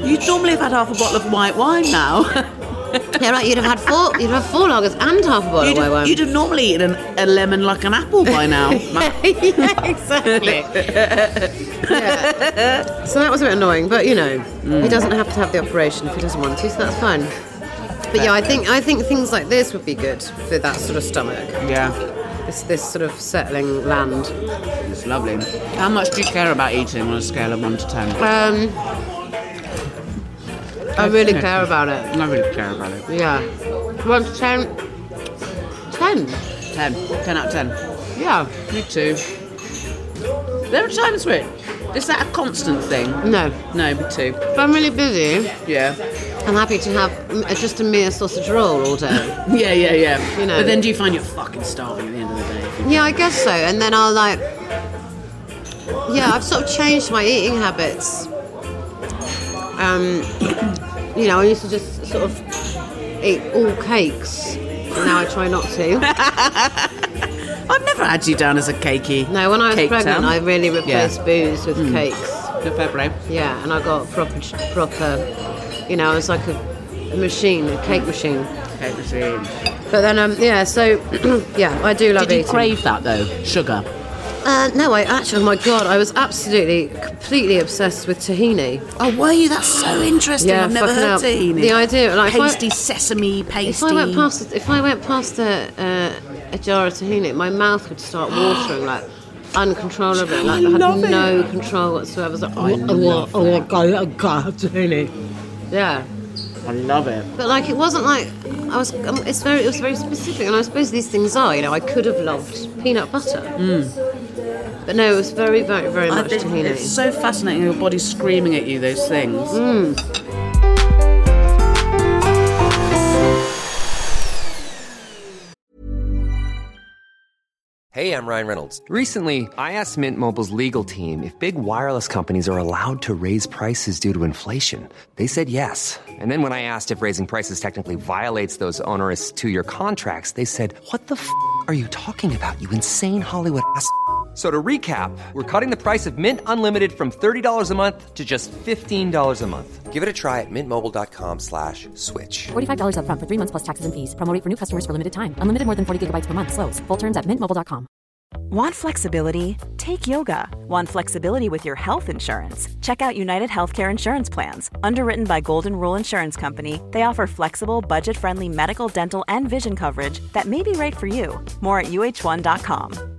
S4: You'd normally have had half a bottle of white wine now.
S5: Yeah, right. You'd have had four. You'd have four lagers and half a bottle
S4: you'd,
S5: of white
S4: have,
S5: wine.
S4: you'd have normally eaten an, a lemon like an apple by now.
S5: yeah, exactly. Yeah. So that was a bit annoying, but you know, he doesn't have to have the operation if he doesn't want to, so that's fine. But yeah, I think I think things like this would be good for that sort of stomach.
S4: yeah,
S5: This this sort of settling land.
S4: it's lovely. How much do you care about eating on a scale of 1 to 10?
S5: Um, I really care about it.
S4: I really care about it.
S5: Yeah. One to ten. Ten.
S4: 10. 10 out of 10.
S5: Yeah.
S4: Me too. There are times when. Is that a constant thing?
S5: No.
S4: No, me too.
S5: If I'm really busy,
S4: Yeah.
S5: I'm happy to have mm, just a mere sausage roll all day.
S4: Yeah, yeah, yeah.
S5: You know.
S4: But then do you find you're fucking starving at the end of the day?
S5: Yeah, I guess so. And then I'll like. Yeah, I've sort of changed my eating habits. Um, you know, I used to just sort of eat all cakes. And now I try not to.
S4: I've never had you down as a cakey.
S5: No, when I was
S4: Cake
S5: pregnant,
S4: town.
S5: I really replaced
S4: Yeah. Hmm.
S5: booze with cakes.
S4: Good fair play.
S5: Yeah, and I got proper, proper. You know, I was like a, a machine, a cake machine.
S4: Cake machine.
S5: But then, um, yeah. So, yeah, I do love
S4: Did you
S5: eating.
S4: crave that though? Sugar.
S5: Uh, no, I actually, oh my god, I was absolutely, completely obsessed with tahini.
S4: Oh, were you? That's so interesting.
S5: Yeah,
S4: I've never
S5: fucking
S4: heard
S5: hell.
S4: tahini.
S5: The idea, like, if I-
S4: pasty sesame pasty.
S5: If I went past, if I went past a, uh, a jar of tahini, my mouth would start watering like uncontrollably. Like I,
S4: love
S5: had
S4: it.
S5: no control whatsoever. I was like, oh, oh, oh, oh, my god, oh god, have tahini. Yeah,
S4: I love it.
S5: but like it wasn't like I was. Um, it's very, it was very specific, and I suppose these things are. You know, I could have loved peanut butter,
S4: Hmm.
S5: but no, it was very, very, very
S4: I
S5: much
S4: think
S5: tahini.
S4: it's so fascinating. Your body's screaming at you those things.
S7: Mm.
S8: Hey, I'm Ryan Reynolds. Recently, I asked Mint Mobile's legal team if big wireless companies are allowed to raise prices due to inflation. They said yes. And then when I asked if raising prices technically violates those onerous two year contracts, they said, What the f are you talking about, you insane Hollywood ass? f- So to recap, we're cutting the price of Mint Unlimited from $30 a month to just $15 a month.
S9: Give it a try at mintmobile.com slash switch.
S10: $45 up front for three months plus taxes and fees. Promoting for new customers for limited time. Unlimited more than 40 gigabytes per month. Slows. Full terms at mintmobile.com.
S2: Want flexibility? Take yoga. Want flexibility with your health insurance? Check out United Healthcare Insurance Plans. Underwritten by Golden Rule Insurance Company, they offer flexible, budget friendly medical, dental, and vision coverage that may be right for you. More at uh1.com.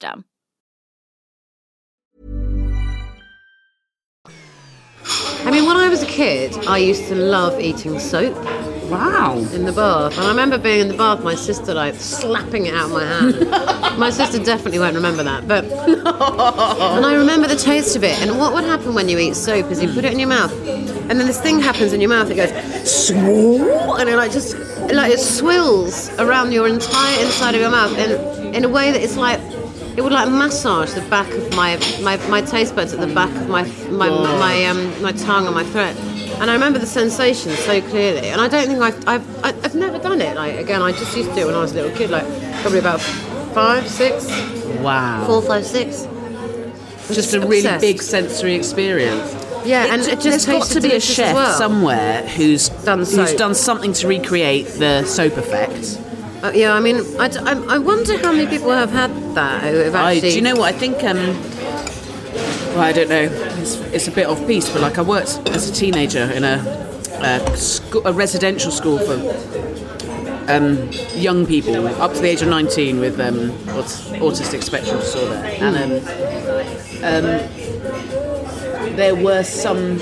S5: I mean, when I was a kid, I used to love eating soap.
S7: Wow.
S5: In the bath. And I remember being in the bath, my sister like slapping it out of my hand. my sister definitely won't remember that, but. and I remember the taste of it. And what would happen when you eat soap is you put it in your mouth, and then this thing happens in your mouth, it goes, swoo, and it like just, it, like it swills around your entire inside of your mouth in, in a way that it's like, it would like massage the back of my, my, my taste buds at the back of my my,
S7: Oh.
S5: my, um, my tongue and my throat. And I remember the sensation so clearly. And I don't think I've, I've, I- I've never done it. Like, again, I just used to do it when I was a little kid, like probably about five, six,
S7: Wow.
S5: four, five, six.
S7: just a really
S5: Obsessed.
S7: big sensory experience.
S5: Yeah, and it
S7: There's
S5: just
S7: got
S5: tastes
S7: to be a chef
S5: well.
S7: somewhere who's done who's
S5: soap.
S7: done something to recreate the soap effect.
S5: Uh, yeah, I mean, I, d- I, I wonder how many people have had that who have
S7: I,
S5: actually.
S7: do you know what I think? Um, well, I don't know. It's, it's a bit off piece, but like I worked as a teenager in a a, sco- a residential school for um, young people up to the age of nineteen with um, aut- autistic spectrum disorder, and um, um, there were some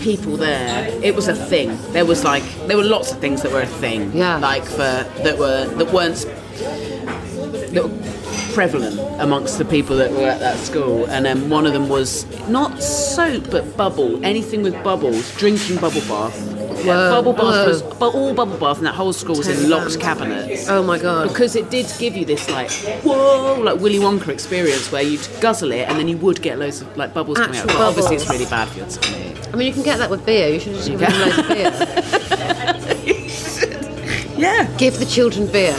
S7: people there. It was a thing. There was like there were lots of things that were a thing. Yeah. Like for that were that weren't that were prevalent amongst the people that were at that school. And um, one of them was not soap but bubble. Anything with bubbles. Drinking bubble bath.
S5: Whoa,
S7: bubble bath
S5: whoa.
S7: was but all bubble bath and that whole school was in locked cabinets.
S5: Oh my god.
S7: Because it did give you this like whoa like Willy Wonka experience where you'd guzzle it and then you would get loads of like bubbles coming out.
S5: Actual
S7: But obviously it's
S5: bubbles.
S7: really bad for your tummy.
S5: I mean, you can get that with beer. You should just give them loads of beer.
S7: yeah.
S5: Give the children beer.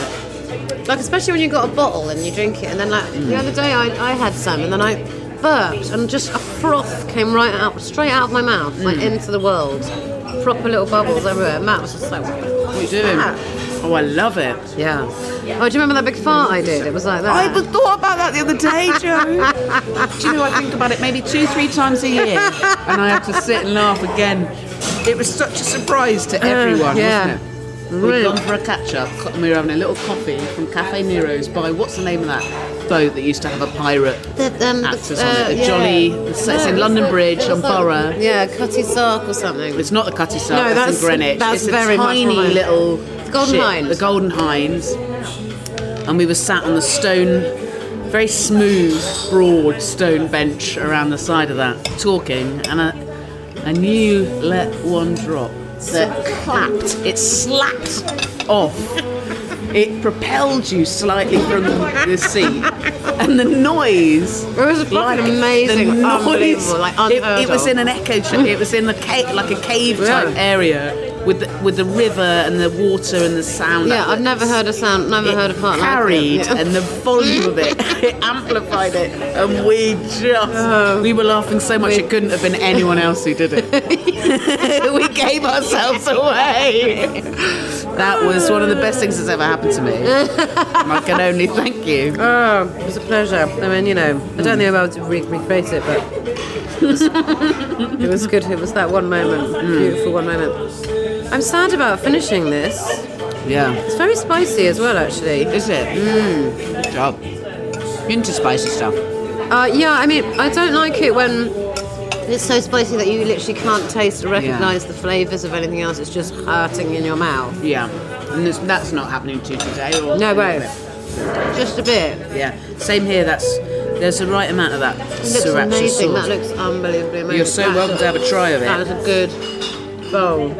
S5: Like, especially when you've got a bottle and you drink it. And then, like, the other day I, I had some and then I burped and just a froth came right out, straight out of my mouth, like
S7: Mm.
S5: into the world. Proper little bubbles everywhere. Matt was just like, what
S7: What are you doing? Oh, I love it.
S5: Yeah. Oh, do you remember that big fart I did? It was like that.
S7: I was thought about that the other day, Joe. Do you know, I think about it maybe two, three times a year, and I have to sit and laugh again. It was such a surprise to
S5: Uh,
S7: everyone,
S5: yeah.
S7: wasn't it? We'd gone for a catch up, and we were having a little coffee from Cafe Nero's by what's the name of that boat that used to have a pirate
S5: The, um,
S7: actors
S5: uh,
S7: on it? The
S5: yeah.
S7: Jolly. It's
S5: No,
S7: in
S5: it's
S7: London
S5: like-
S7: Bridge on
S5: it's like-
S7: Borough.
S5: Yeah, Cutty Sark or something.
S7: It's not the Cutty Sark.
S5: No,
S7: that's,
S5: that's-
S7: in Greenwich.
S5: that's
S7: it's
S5: very
S7: a
S5: much
S7: tiny
S5: remote.
S7: little
S5: The Golden
S7: ship,
S5: Hinds.
S7: The Golden Hinds. And we were sat on the stone, very smooth, broad stone bench around the side of that, talking, and I, I knew let one drop that clapped. It slapped off. It propelled you slightly from the seat, and the noise. It
S5: was fucking amazing,
S7: The noise,
S5: unbelievable, like
S7: it,
S5: unheard
S7: it was
S5: of.
S7: in an echo chamber. It was in the cave, like a cave type
S5: Yeah.
S7: area with the, with the river and the water and the sound.
S5: Yeah, I've never heard a sound, never heard a fart like it.
S7: Carried
S5: Yeah.
S7: and the volume of it, it amplified it, and we just
S5: Oh.
S7: we were laughing so much it couldn't have been anyone else who did it. we gave ourselves away. That was one of the best things that's ever happened to me. and I can only thank you.
S5: Oh, it was a pleasure. I mean, you know, I don't think I'll be able to re- recreate it, but it was, it was good. It was that one moment, beautiful one moment. I'm sad about finishing this.
S7: Yeah.
S5: It's very spicy as well, actually.
S7: Is it?
S5: Mm.
S7: Good job. You're into spicy stuff.
S5: Uh, yeah, I mean, I don't like it when it's so spicy that you literally can't taste or recognize the flavors of anything else. It's just hurting in your mouth.
S7: Yeah. And this, that's not happening to you today or
S5: No way. Just a bit.
S7: Yeah. Same here, that's there's the right amount of that
S5: It looks
S7: sriracha
S5: amazing.
S7: sauce.
S5: That looks unbelievably amazing.
S7: You're so
S5: That-
S7: welcome to have a try of it. Mm.
S5: That was a good bowl.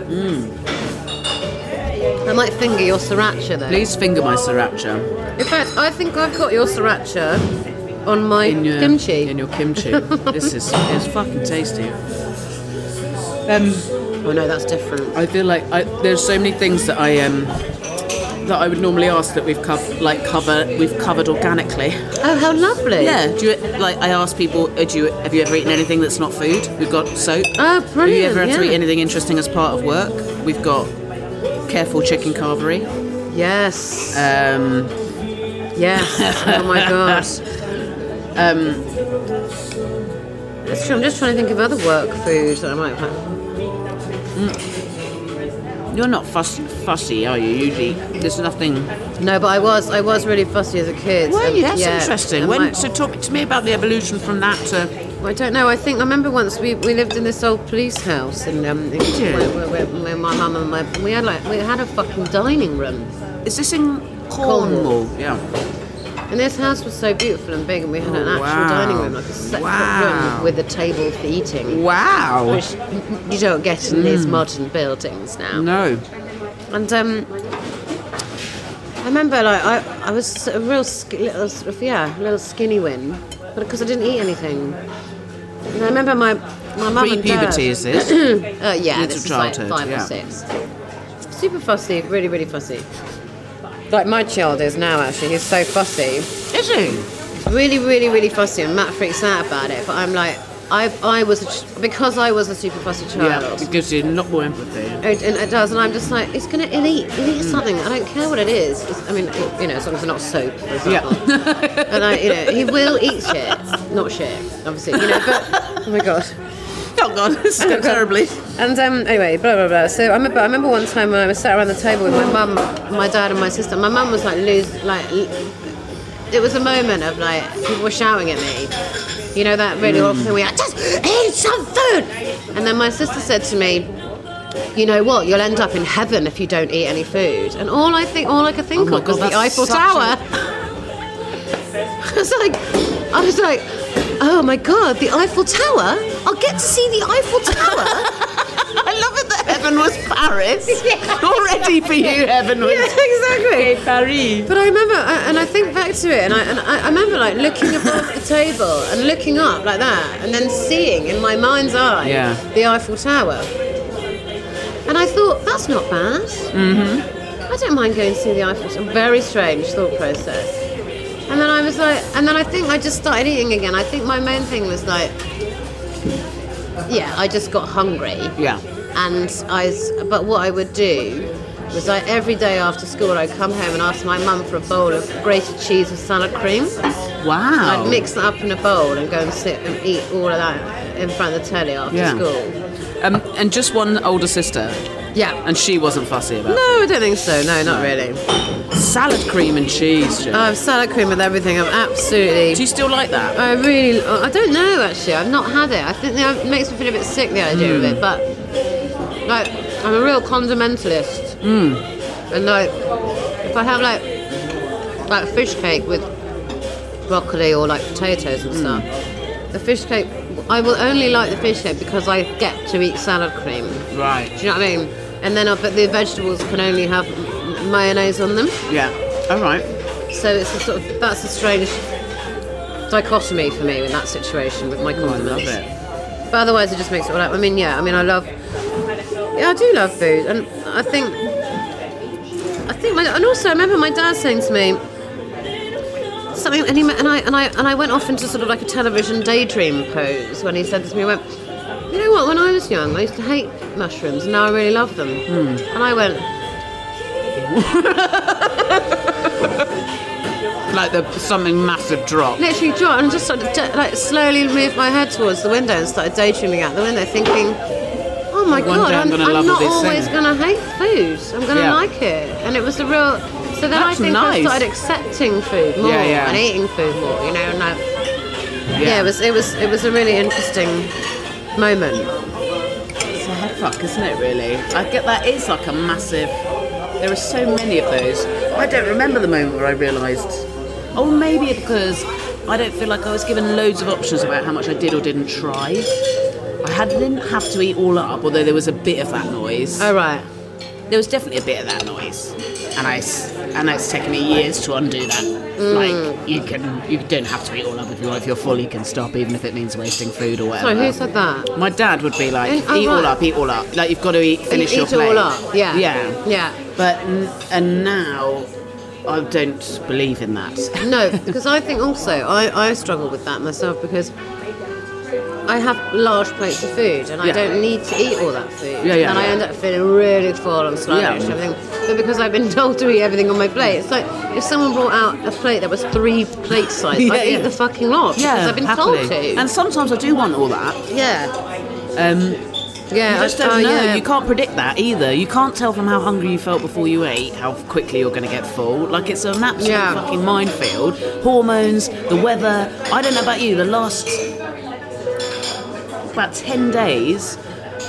S5: I might finger your sriracha though.
S7: Please finger my sriracha.
S5: In fact, I think I've got your sriracha on my
S7: your-
S5: kimchi.
S7: In your kimchi. this is it's fucking tasty. Um,
S5: oh no, that's different.
S7: I feel like I, there's so many things that I um, that I would normally ask that we've covered, like cover, we've covered organically.
S5: Oh, how lovely!
S7: Yeah. Do you like? I ask people, uh, do you, have you ever eaten anything that's not food? We've got soap.
S5: Oh, brilliant!
S7: Have you ever had
S5: yeah.
S7: to eat anything interesting as part of work? We've got careful chicken carvery.
S5: Yes.
S7: Um,
S5: Yes. oh my god.
S7: Um,
S5: That's true. I'm just trying to think of other work food that I might have. had.
S7: you're not fussy, fussy, are you? Usually, there's nothing.
S5: No, but I was I was really fussy as a kid.
S7: Were
S5: Um,
S7: you? That's
S5: yeah.
S7: interesting.
S5: And
S7: When,
S5: my-
S7: so talk to me about the evolution from that to.
S5: Well, I don't know. I think I remember once we, we lived in this old police house, and um, in-
S7: Did you?
S5: where, where, where, where my mum and my we had like we had a fucking dining room.
S7: Is this in Cornwall? Yeah.
S5: And this house was so beautiful and big, and we had an
S7: Oh,
S5: actual
S7: wow.
S5: dining room, like a separate
S7: Wow.
S5: room with a table for eating.
S7: Wow. Mm.
S5: Which you don't get in these modern buildings now.
S7: No.
S5: And um, I remember, like, I, I was a real sk- little sort of yeah, little skinny win, but because I didn't eat anything. And I remember my my mum and dad.
S7: Pre-puberty is this?
S5: uh, yeah,
S7: Little
S5: this is
S7: childhood,
S5: like five
S7: yeah.
S5: or six. Super fussy, really, really fussy. Like my child is now. Actually, he's so fussy.
S7: Is he?
S5: Really, really, really fussy, and Matt freaks out about it. But I'm like, I, I was a ch- because I was a super fussy child.
S7: Yeah, it gives you a lot more empathy.
S5: It, and it does, and I'm just like, it's gonna it'll eat, it'll eat something. I don't care what it is. It's- I mean, it- you know, as long as it's not soap, for example. and I, you know, he will eat shit, not shit, obviously. You know, but oh my god.
S7: Oh God, this is terribly.
S5: And um, anyway, blah blah blah. So I remember, I remember one time when I was sat around the table with my mum, my dad, and my sister. My mum was like, lose, like, l- it was a moment of like people were shouting at me. You know that really
S7: Mm.
S5: awful thing. We like, just eat some food. And then my sister said to me, "You know what? You'll end up in heaven if you don't eat any food." And all I think, all I could think
S7: Oh my
S5: of was
S7: God,
S5: the
S7: that's
S5: Eiffel
S7: such a-
S5: Tower. I was like, I was like, oh my god, the Eiffel Tower! I'll get to see the Eiffel Tower.
S7: I love it that heaven was Paris. Already for you, heaven was.
S5: exactly.
S7: Paris.
S5: But I remember, I, and I think back to it, and I, and I I remember like looking above the table and looking up like that, and then seeing in my mind's eye
S7: Yeah.
S5: the Eiffel Tower. And I thought, that's not bad. Mm-hmm. I don't mind going to see the Eiffel Tower. Very strange thought process. And then I was like, and then I think I just started eating again. I think my main thing was like, yeah, I just got hungry
S7: Yeah.
S5: and I. s- But what I would do was I every day after school I'd come home and ask my mum for a bowl of grated cheese with salad cream.
S7: Wow.
S5: I'd mix it up in a bowl and go and sit and eat all of that in front of the telly after
S7: Yeah.
S5: school.
S7: Um, and just one older sister,
S5: Yeah.
S7: and she wasn't fussy about
S5: No, I don't think so. No, not really.
S7: it. salad cream and cheese. Jo.
S5: I have salad cream with everything. I'm absolutely.
S7: Do you still like that?
S5: I really, I don't know actually. I've not had it. I think that it makes me feel a bit sick the idea of it. But like, I'm a real condimentalist, mm. and like, if I have like like fish cake with broccoli or like potatoes and stuff, the fish cake, I will only like the fish cake because I get to eat salad cream. Do
S7: Right.
S5: you know what I mean? And then, I, but the vegetables can only have m- mayonnaise on them.
S7: Yeah. All right.
S5: So it's a sort of that's a strange dichotomy for me in that situation with my
S7: Oh, I
S5: condiments.
S7: love it.
S5: But otherwise, it just makes it all out. I mean, yeah, I mean, I love. Yeah, I do love food, and I think. I think, my, and also, I remember my dad saying to me something, and, he, ma- and I and I and I went off into sort of like a television daydream pose when he said this to me. He went, "You know what? When I was young, I used to hate mushrooms, and now I really love them."
S7: Hmm.
S5: And I went,
S7: Like the something massive drop.
S5: literally dropped and just sort of da- like slowly moved my head towards the window and started daydreaming out the window, thinking, "Oh my
S7: One
S5: god,
S7: day I'm
S5: I'm,
S7: gonna
S5: I'm
S7: love
S5: not
S7: this
S5: always
S7: thing."
S5: going to hate food. I'm going to
S7: Yeah.
S5: like it." And it was a real. So then I
S7: That's
S5: think
S7: nice.
S5: I started accepting food more
S7: Yeah, yeah.
S5: and eating food more. You know, and I, yeah. it was it was it was a really interesting moment.
S7: It's a head fuck, isn't it? Really, I get that. It's like a massive. There are so many of those. I don't remember the moment where I realised. Oh, maybe because I don't feel like I was given loads of options about how much I did or didn't try. I had, didn't have to eat all up, although there was a bit of that noise.
S5: All right.
S7: There was definitely a bit of that noise, and I s- and it's taken me years to undo that. Like you can, you don't have to eat all up if you want. If you're full, you can stop, even if it means wasting food or whatever.
S5: Sorry, who said that?
S7: My dad would be like,
S5: Eh, oh,
S7: eat all
S5: right.
S7: up, eat all up. Like you've got to eat, finish
S5: eat
S7: your
S5: it
S7: plate.
S5: all up. Yeah.
S7: Yeah.
S5: Yeah.
S7: But n- and now I don't believe in that.
S5: No, because I think also I, I struggle with that myself because I have large plates of food and I
S7: Yeah.
S5: don't need to eat all that food.
S7: Yeah, yeah,
S5: and I
S7: yeah.
S5: end up feeling really full and sluggish
S7: Yeah.
S5: and everything. But because I've been told to eat everything on my plate, it's like if someone brought out a plate that was three plate size,
S7: Yeah,
S5: I'd
S7: yeah.
S5: eat the fucking lot because I've been told to.
S7: happily. And sometimes I do want all that.
S5: yeah.
S7: Um,
S5: Yeah,
S7: you just
S5: I-
S7: don't
S5: oh,
S7: know.
S5: yeah.
S7: You can't predict that either. You can't tell from how hungry you felt before you ate how quickly you're going to get full. Like it's an absolute
S5: Yeah.
S7: fucking minefield. Hormones, the weather. I don't know about you. The last about ten days,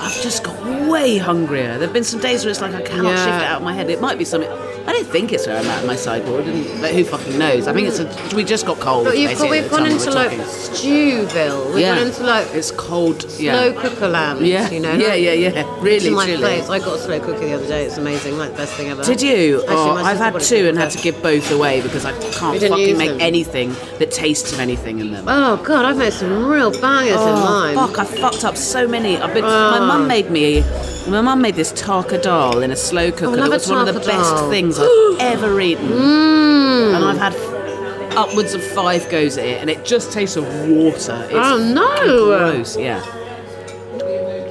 S7: I've just got way hungrier. There've been some days where it's like I cannot
S5: Yeah.
S7: shift it out of my head. It might be something. I don't think it's where I'm at in my sideboard, and like, who fucking knows? I think it's a, we just got cold.
S5: But you've got,
S7: basically,
S5: we've
S7: at the
S5: gone
S7: time
S5: into
S7: we were
S5: like
S7: talking.
S5: stewville. We've
S7: Yeah.
S5: gone into like
S7: it's cold. Yeah.
S5: slow cooker lambs.
S7: Yeah,
S5: you know.
S7: yeah,
S5: like,
S7: yeah, yeah. Really
S5: to my
S7: chilly.
S5: place. I got a slow cooker the other day. It's amazing. Like the best thing ever.
S7: Did you?
S5: Actually,
S7: Oh,
S5: my
S7: I've
S5: sister
S7: had
S5: bought it
S7: two
S5: me.
S7: and had to give both away because I
S5: We
S7: can't
S5: didn't use
S7: fucking make
S5: them.
S7: anything that tastes of anything in them.
S5: Oh god, I've made some real bangers in
S7: Oh,
S5: mine.
S7: fuck! I fucked up so many. I've been.
S5: Ah.
S7: My mum made me. My mum made this tarka dal in a slow cooker.
S5: love
S7: It
S5: a
S7: was one of the
S5: tarka
S7: best
S5: Oh, dal.
S7: things I've ever eaten,
S5: Mm.
S7: and I've had upwards of five goes at it, and it just tastes of water. It's
S5: Oh, no.
S7: fucking Gross. Yeah.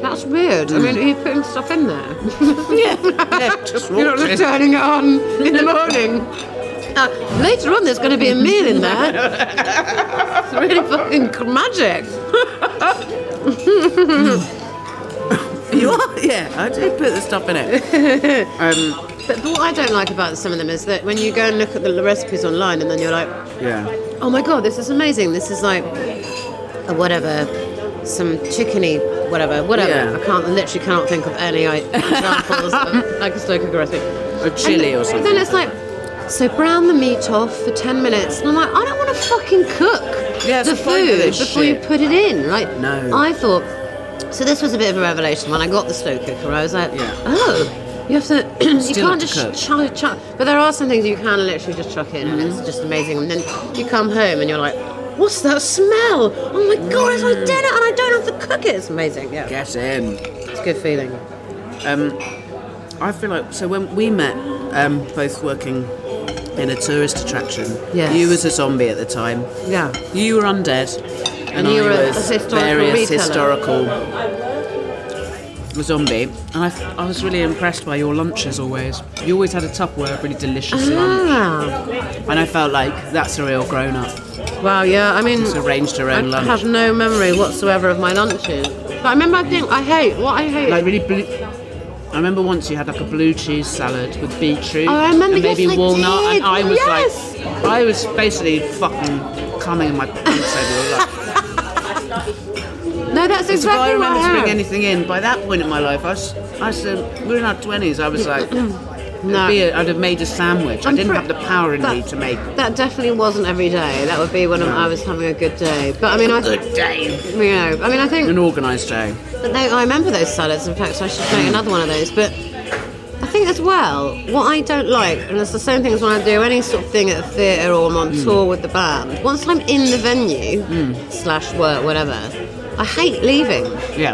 S5: That's weird. I mean, are you putting stuff in there?
S7: Yeah. yeah just
S5: You're not just
S7: water.
S5: turning it on in the morning. Uh, later on, there's going to be a meal in there. It's really fucking magic.
S7: You are. Yeah. I did put the stuff in it. um.
S5: But, but what I don't like about some of them is that when you go and look at the recipes online, and then you're like,
S7: Yeah.
S5: oh my god, this is amazing. This is like a whatever, some chickeny, whatever, whatever.
S7: Yeah.
S5: I can't, I literally cannot think of any I- examples of like a slow cooker recipe.
S7: A chili
S5: And
S7: or something.
S5: Then it's like, so brown the meat off for 10 minutes. And I'm like, I don't want to fucking cook
S7: Yeah, it's
S5: the
S7: the point of
S5: food
S7: this
S5: before
S7: shit.
S5: you put it in. Like,
S7: No.
S5: I thought, so this was a bit of a revelation when I got the slow cooker. I was like,
S7: Yeah.
S5: oh. You have to. you
S7: Still
S5: can't
S7: have to cook. Mm.
S5: just chuck, chuck. But there are some things you can literally just chuck in, and it's just amazing. And then you come home and you're like, "What's that smell? Oh my god, it's my
S7: Mm.
S5: dinner, and I don't have to cook it. It's amazing. Yeah,
S7: Get in.
S5: it's a good feeling.
S7: Um, I feel like so when we met, um, both working in a tourist attraction.
S5: Yes.
S7: You was a zombie at the time.
S5: Yeah,
S7: You were undead,
S5: And
S7: and,
S5: you
S7: I
S5: were a
S7: was
S5: historical
S7: various
S5: reteller.
S7: historical zombie. And I, I was really impressed by your lunches always. You always had a Tupperware of really delicious lunch,
S5: yeah.
S7: and I felt like that's a real grown up.
S5: Wow, yeah. I mean,
S7: Just arranged her
S5: I
S7: own lunch.
S5: have no memory whatsoever of my lunches. But I remember, I think I hate what I hate.
S7: Like really blue. I remember once you had like a blue cheese salad with beetroot
S5: Oh, I remember,
S7: and maybe
S5: yes, I
S7: walnut,
S5: did.
S7: and I was
S5: Yes.
S7: like, I was basically fucking coming in my pants over. Like,
S5: no, that's
S7: if I
S5: exactly what
S7: remember
S5: I
S7: to bring
S5: have.
S7: anything in, by that point in my life, I was, I was um, we were in our twenties. I was like,
S5: No.
S7: I'd, be a, I'd have made a sandwich. I
S5: I'm
S7: didn't
S5: pre-
S7: have the power in
S5: that-
S7: me to make
S5: That definitely wasn't every day. That would be when I was having a good day. But I mean, I
S7: good day,
S5: you know, I mean, I think
S7: an organised day.
S5: But they, I remember those salads. In fact, I should
S7: Mm.
S5: make another one of those. But I think as well, what I don't like, and it's the same thing as when I do any sort of thing at a theatre or I'm on
S7: Mm.
S5: tour with the band. Once I'm in the venue slash work, whatever, I hate leaving.
S7: Yeah,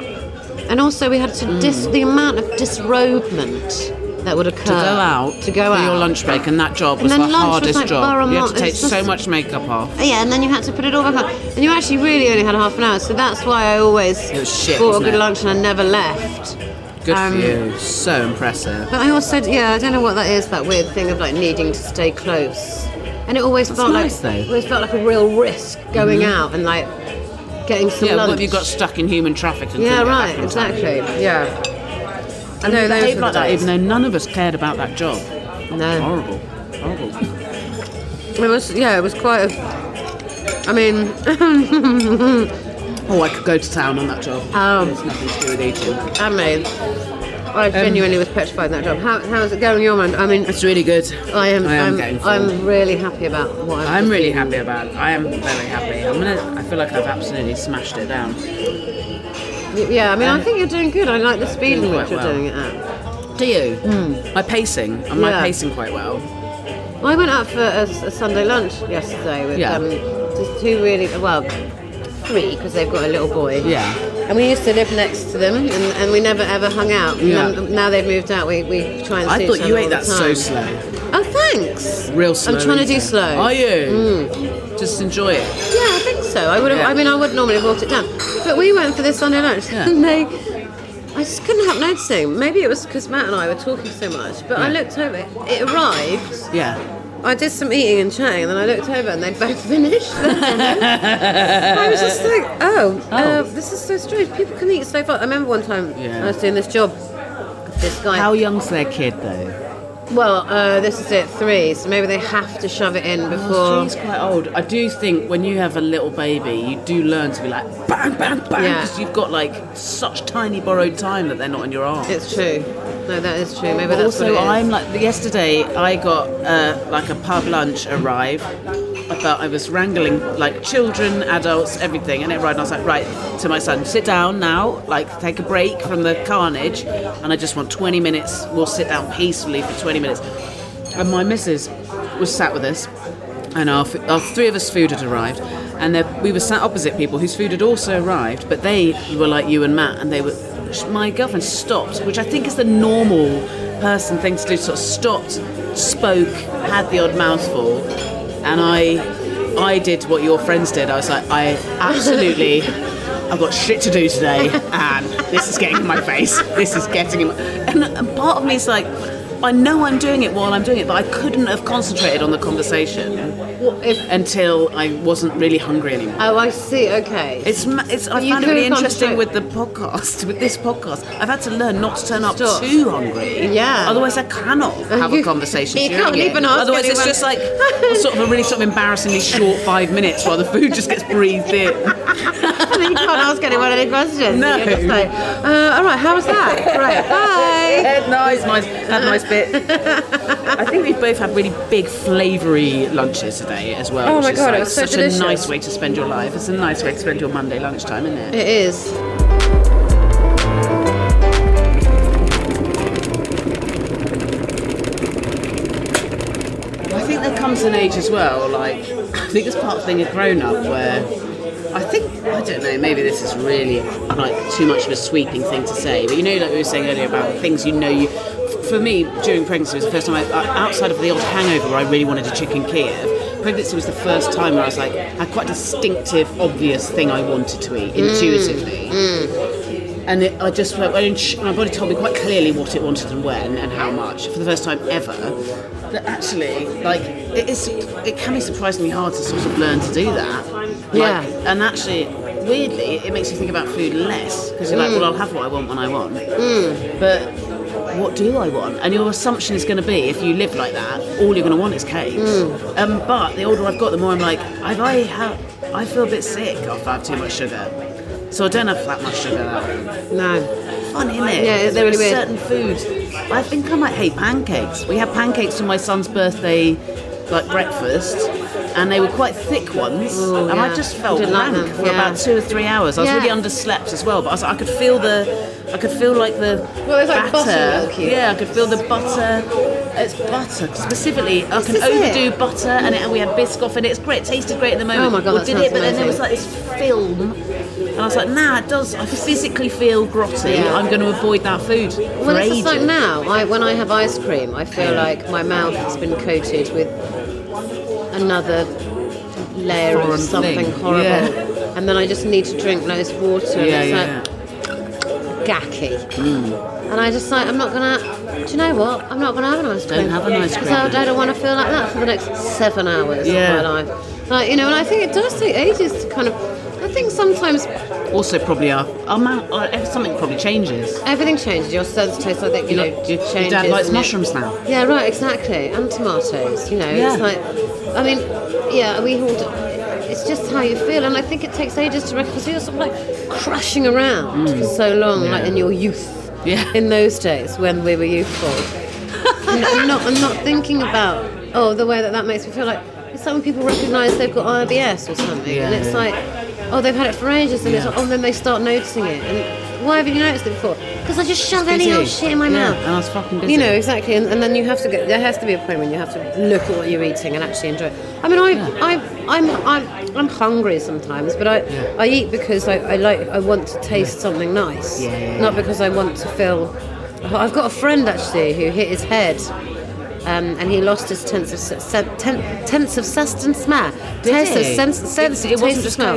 S5: And also, we had to dis- the amount of disrobement that would occur
S7: to go out
S5: to go
S7: for
S5: out
S7: your lunch break, and that job
S5: And
S7: was the
S5: then lunch was
S7: hardest
S5: like bar
S7: job.
S5: and
S7: You had
S5: mar-
S7: to take
S5: it's just-
S7: so much makeup off.
S5: Yeah, and then you had to put it all back on. And you actually really only had half an hour, so that's why I always
S7: It was shit,
S5: bought a
S7: wasn't
S5: good
S7: it?
S5: lunch and I never left.
S7: Good
S5: Um,
S7: for you. So impressive.
S5: But I also, yeah, I don't know what that is, that weird thing of like needing to stay close. And it always felt
S7: nice, though. Mm-hmm.
S5: like it always felt like a real risk going out and like getting some
S7: Yeah,
S5: lunch.
S7: what if you got stuck in human traffic and
S5: yeah,
S7: couldn't get back
S5: right,
S7: in time?
S5: exactly. Yeah. I know
S7: We
S5: those
S7: behaved
S5: were
S7: like
S5: the
S7: that,
S5: days.
S7: even though none of us cared about that job.
S5: No.
S7: Horrible. Horrible.
S5: It was yeah, it was quite a I mean
S7: Oh, I could go to town on that job.
S5: Oh.
S7: It's nothing to do with eating.
S5: I mean
S7: Um,
S5: I genuinely was petrified in that job. How, how's it going your mind? I mean
S7: It's really good.
S5: I am
S7: I am getting
S5: I'm,
S7: full.
S5: I'm really happy about what I've
S7: I'm
S5: just
S7: really
S5: eaten.
S7: happy about. It. I am very happy. I'm gonna. I feel like I've absolutely smashed it down.
S5: Yeah, I mean I think you're doing good. I like the speed in
S7: Doing
S5: which
S7: quite
S5: you're
S7: well.
S5: doing it at.
S7: Do you? My pacing. Am I
S5: Hmm. Yeah.
S7: pacing quite well?
S5: I went out for a, a Sunday lunch yesterday with
S7: Yeah.
S5: um, just two really well three because they've got a little boy.
S7: Yeah.
S5: and we used to live next to them, and, and we never ever hung out. And
S7: Yeah.
S5: then- now they've moved out. We, we try and. see
S7: I
S5: each
S7: thought you
S5: other
S7: ate
S5: all the
S7: that so
S5: time.
S7: slow.
S5: Oh, thanks.
S7: Real slow.
S5: I'm trying to do
S7: eating.
S5: slow.
S7: Are you?
S5: Mm.
S7: Just enjoy it.
S5: Yeah, I think so. I would have.
S7: Yeah.
S5: I mean, I would normally have brought it down, but we went for this Sunday lunch,
S7: Yeah.
S5: and they. I just couldn't help noticing. Maybe it was because Matt and I were talking so much, but I
S7: Yeah.
S5: looked over. It arrived.
S7: Yeah.
S5: I did some eating and chatting, and then I looked over, and they'd both finished. I was just like, oh, Uh, this is so strange. People can eat so fast. I remember one time
S7: Yeah.
S5: I was doing this job. This guy.
S7: How young's their kid though?
S5: Well, uh, this is it, three. So maybe they have to shove it
S7: Oh,
S5: in before.
S7: She's quite old. I do think when you have a little baby, you do learn to be like bang, bang, bang,
S5: Yeah.
S7: because you've got like such tiny borrowed time that they're not on your arm.
S5: It's true. No, that is true. Maybe
S7: But
S5: that's
S7: also,
S5: what it is.
S7: I'm like yesterday. I got uh, like a pub lunch arrive, but I was wrangling like children, adults, everything, and everyone. I was like, right to my son, sit down now. Like, take a break from the carnage, and I just want 20 minutes. We'll sit down peacefully for 20 minutes. And my missus was sat with us, and our, f- our three of us food had arrived, and there, we were sat opposite people whose food had also arrived, but they were like you and Matt, and they were. My girlfriend stopped, which I think is the normal person thing to do. Sort of stopped, spoke, had the odd mouthful, and I, I did what your friends did. I was like, I absolutely. I've got shit to do today, and this is getting in my face. This is getting in my. And, and part of me is like, I know I'm doing it while I'm doing it, but I couldn't have concentrated on the conversation
S5: What if-
S7: until I wasn't really hungry anymore.
S5: Oh, I see. Okay.
S7: It's, ma- it's I
S5: You
S7: found it
S5: could've
S7: really interesting
S5: concentrate-
S7: with the podcast, with this podcast. I've had to learn not to turn up
S5: Stop.
S7: too hungry.
S5: Yeah.
S7: Otherwise, I cannot have a
S5: You-
S7: conversation.
S5: you
S7: during
S5: can't
S7: it.
S5: even ask
S7: Otherwise, it's
S5: anyone.
S7: just like sort of a really sort of embarrassingly short five minutes while the food just gets breathed in.
S5: And then you can't ask anyone any questions.
S7: No.
S5: You're just like, uh, all right, how was that? Right, bye.
S7: Had nice, nice, had nice bit. I think we both had really big, flavoury lunches today as well.
S5: Oh
S7: which
S5: my
S7: is
S5: God, it
S7: like
S5: was so
S7: such
S5: delicious.
S7: a nice way to spend your life. It's a nice way to spend your Monday lunchtime, isn't it?
S5: It is.
S7: I think there comes an age as well, like, I think it's part of being a grown up where I think, I don't know, maybe this is really like too much of a sweeping thing to say, but you know, like we were saying earlier about things you know you. For me, during pregnancy was the first time I, I- outside of the odd hangover where I really wanted a chicken Kiev, pregnancy was the first time where I was like, had quite a distinctive, obvious thing I wanted to eat intuitively. And it, I just felt, and sh- my body told me quite clearly what it wanted and when and how much for the first time ever. That actually, like, it, is, it can be surprisingly hard to sort of learn to do that. Like,
S5: Yeah.
S7: And actually, weirdly, it makes you think about food less because you're like, well, I'll have what I want when I want. But what do I want? And your assumption is going to be, if you live like that, all you're going to want is cakes. Um, but the older I've got, the more I'm like, I've, I have, I feel a bit sick after I have too much sugar. So I don't have that much sugar now.
S5: No.
S7: Fun, isn't it?
S5: Yeah, it's
S7: there
S5: really
S7: are
S5: weird.
S7: certain foods. I think I might hate pancakes. We had pancakes for my son's birthday, like breakfast, and they were quite thick ones.
S5: Ooh,
S7: and I
S5: yeah.
S7: just felt
S5: Didn't like
S7: rank
S5: them,
S7: for
S5: yeah.
S7: about two or three hours. I was
S5: Yeah.
S7: really underslept as well, but I, was, I could feel the, I could feel like the
S5: Well, it's like
S7: butter.
S5: buttermilk, you-
S7: yeah, I could feel the butter. It's butter specifically. I can
S5: is it.
S7: overdo butter, and, it, and we had biscoff, and it's great. It tasted great at the moment.
S5: Oh my God,
S7: Or
S5: that
S7: did
S5: sounds
S7: it? But then there
S5: amazing.
S7: was like this film. And I was like, nah, it does. I physically feel grotty.
S5: Yeah.
S7: I'm going to avoid that food.
S5: Well, it's just like now. I, when I have ice cream, I feel like my mouth has been coated with another layer
S7: Foreign
S5: of something
S7: thing.
S5: horrible.
S7: Yeah.
S5: And then I just need to drink loads of water. And
S7: Yeah,
S5: it's
S7: yeah.
S5: like gacky. And I just like, I'm not gonna. Do you know what? I'm not gonna have an ice cream.
S7: Don't have an ice cream.
S5: So I don't want to feel like that for the next seven hours
S7: Yeah.
S5: of my life. Like you know, and I think it does take ages to kind of. I think sometimes
S7: Also, probably our, our mouth, our, if something probably changes.
S5: everything changes. Your sensitiveness, I think, you know,
S7: Like, your,
S5: changes.
S7: your dad likes
S5: and it-
S7: mushrooms now.
S5: Yeah, right, exactly. And tomatoes, you know.
S7: Yeah.
S5: It's like, I mean, yeah, we all. Do, it's just how you feel, and I think it takes ages to recognise. You're sort of like crushing around for so long, like in your youth.
S7: Mm. Yeah.
S5: In those days when we were youthful, and I'm not, I'm not thinking about oh the way that that makes me feel. Like some people recognise they've got IBS or something, and it's
S7: Yeah.
S5: like oh they've had it for ages, and it's like, oh then they start noticing it, and why haven't you noticed it before? Because I just shove any
S4: busy.
S5: old shit in my
S4: Yeah,
S5: mouth.
S4: and I was fucking busy.
S5: You know exactly, and, and then you have to get. There has to be a point when you have to look at what you're eating and actually enjoy. it. I mean, I, I, I'm, I'm, I'm hungry sometimes, but I, I eat because I, I like, I want to taste something nice,
S4: Yeah, yeah, yeah.
S5: not because I want to feel. I've got a friend actually who hit his head. Um, and he lost his sense of se- se- ten- sense of sustenance. Sense of
S4: he?
S5: sense, sense
S4: It-
S5: of
S4: it wasn't
S5: taste of
S4: just
S5: smell.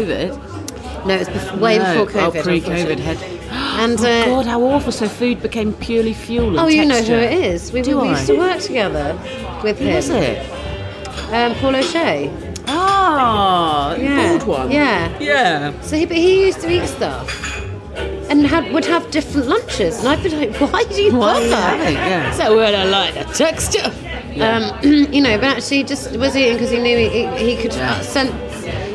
S5: No, it's bef- way
S4: No,
S5: before
S4: oh,
S5: COVID.
S4: pre-COVID
S5: unfortunately.
S4: head.
S5: And
S4: Oh,
S5: uh,
S4: God, how awful! So food became purely fuel. And
S5: oh, you know who
S4: texture.
S5: it is. We,
S4: Do
S5: we
S4: I?
S5: used to work together with
S4: Who
S5: him.
S4: was it?
S5: Um, Paul O'Shea.
S4: Ah, the
S5: Yeah.
S4: bald one.
S5: Yeah.
S4: Yeah.
S5: So he, but he used to eat stuff. And had, would have different lunches, and I'd be like, "Why do you
S4: Why are
S5: bother?"
S4: you having- yeah.
S5: So well, I like the texture, um, you know. But actually, just was eating because he knew he, he, he could
S4: Yeah.
S5: uh, sense.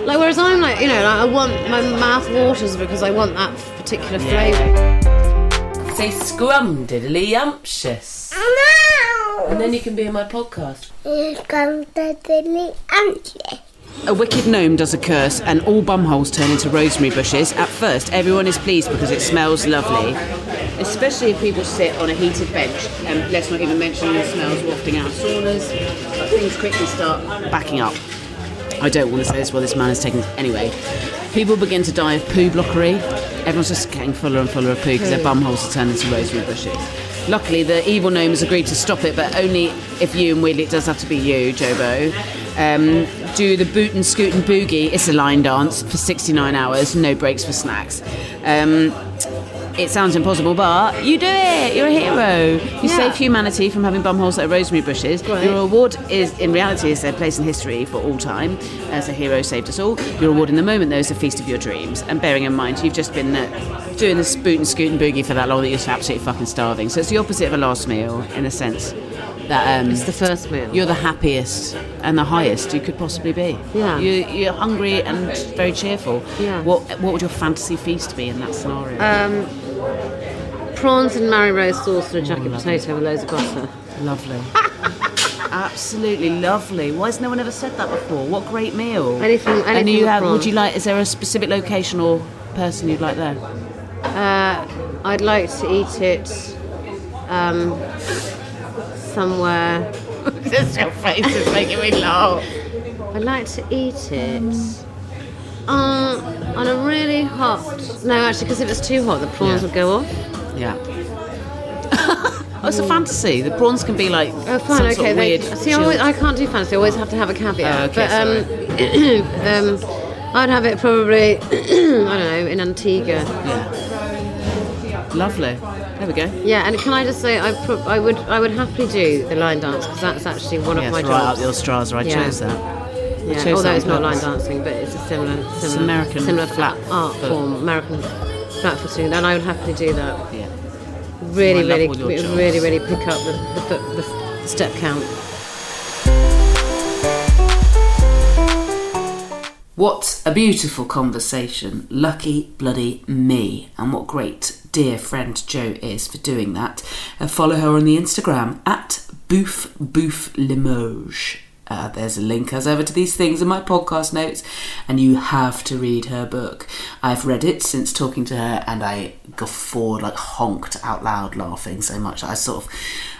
S5: Like, whereas I'm like, you know, like I want my mouth waters because I want that particular
S4: Yeah.
S5: flavour.
S4: Say scrum diddly umptious. And then you can be in my podcast. A wicked gnome does a curse, and all bumholes turn into rosemary bushes. At first, everyone is pleased because it smells lovely. Especially if people sit on a heated bench, and let's not even mention the smells wafting out of saunas. But things quickly start backing up. I don't want to say this while this man is taking. Anyway, people begin to die of poo blockery. Everyone's just getting fuller and fuller of poo because their bumholes are turned into rosemary bushes. Luckily, the evil gnome has agreed to stop it, but only if you and Willie, it does have to be you, Jobo, um, do the boot and scoot and boogie. It's a line dance for 69 hours, no breaks for snacks. Um, it sounds impossible, but you do it. You're a hero. You
S5: Yeah.
S4: save humanity from having bumholes that are rosemary bushes.
S5: Right.
S4: Your award is, in reality, is their place in history for all time. As a hero saved us all. Your award in the moment, though, is the feast of your dreams. And bearing in mind, you've just been uh, doing this boot and scoot and boogie for that long that you're just absolutely fucking starving. So it's the opposite of a last meal, in a sense. That um,
S5: It's the first meal.
S4: you're the happiest and the highest you could possibly be.
S5: Yeah.
S4: You, you're hungry and very cheerful.
S5: Yeah.
S4: What, what would your fantasy feast be in that scenario?
S5: Um, prawns and Mary Rose sauce and a jacket
S4: lovely.
S5: potato with loads of butter.
S4: Oh, Lovely. Absolutely lovely. Why has no one ever said that before? What great meal.
S5: Anything-
S4: and
S5: anything
S4: you
S5: with
S4: have, would
S5: prawns.
S4: you like, is there a specific location or person you'd like there?
S5: Uh, I'd like to eat it um, somewhere.
S4: This your face is making me laugh.
S5: I'd like to eat it uh, on a really hot. No, actually, because if it's too hot, the prawns
S4: Yeah.
S5: would go off.
S4: Yeah. oh, it's a fantasy. The prawns can be like
S5: Oh,
S4: some
S5: fine,
S4: sort
S5: okay.
S4: of
S5: They,
S4: weird.
S5: see, I, always, I can't do fantasy. I always have to have a caveat.
S4: Oh, okay,
S5: but um, um, I'd have it probably, I don't know, in Antigua.
S4: Lovely. There we go.
S5: Yeah, and can I just say, I, pro- I would I would happily do the line dance because that's actually one
S4: Yeah,
S5: of
S4: it's
S5: my
S4: right
S5: jobs.
S4: up your straws. I
S5: Yeah.
S4: chose that.
S5: Yeah,
S4: chose
S5: although
S4: that
S5: it's
S4: on
S5: not line
S4: purpose.
S5: dancing, but it's a similar similar
S4: American
S5: similar
S4: flat
S5: art
S4: foot.
S5: form, American flat footing, and I would happily do that.
S4: Yeah.
S5: Really,
S4: I love
S5: really,
S4: all your
S5: really,
S4: jobs.
S5: really, pick up the, the, foot, the f- step count.
S4: What a beautiful conversation. Lucky bloody me. And what great dear friend Jo is for doing that. Uh, follow her on the Instagram at Boof Boof Limoges. Uh, there's a link as ever to these things in my podcast notes, and you have to read her book. I've read it since talking to her, and I guffawed, like honked out loud, laughing so much. I sort of,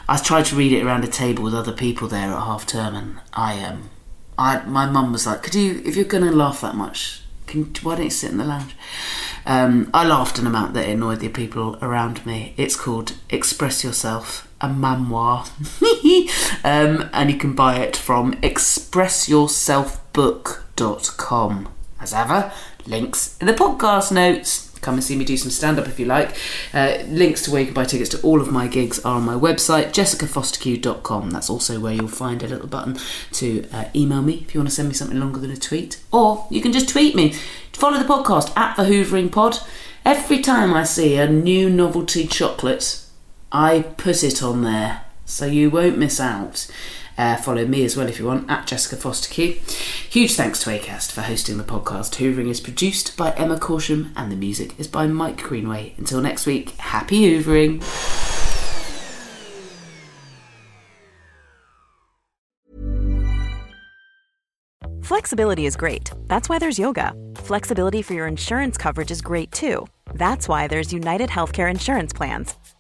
S4: I tried to read it around a table with other people there at half term, and I am. Um, I my mum was like, "Could you, if you're going to laugh that much, can why don't you sit in the lounge?" Um, I laughed an amount that annoyed the people around me. It's called "Express Yourself," a memoir, um, and you can buy it from expressyourselfbook.com. As ever, links in the podcast notes. Come and see me do some stand up if you like. Uh, links to where you can buy tickets to all of my gigs are on my website, jessicafosterq.com. That's also where you'll find a little button to uh, email me if you want to send me something longer than a tweet. Or you can just tweet me. Follow the podcast at the Hoovering Pod. Every time I see a new novelty chocolate, I put it on there, so you won't miss out. Uh, follow me as well if you want at Jessica Foster Q. Huge thanks to Acast for hosting the podcast. Hoovering is produced by Emma Corsham and the music is by Mike Greenway. Until next week, happy hoovering.
S2: Flexibility is great. That's why there's yoga. Flexibility for your insurance coverage is great too. That's why there's United Healthcare Insurance Plans.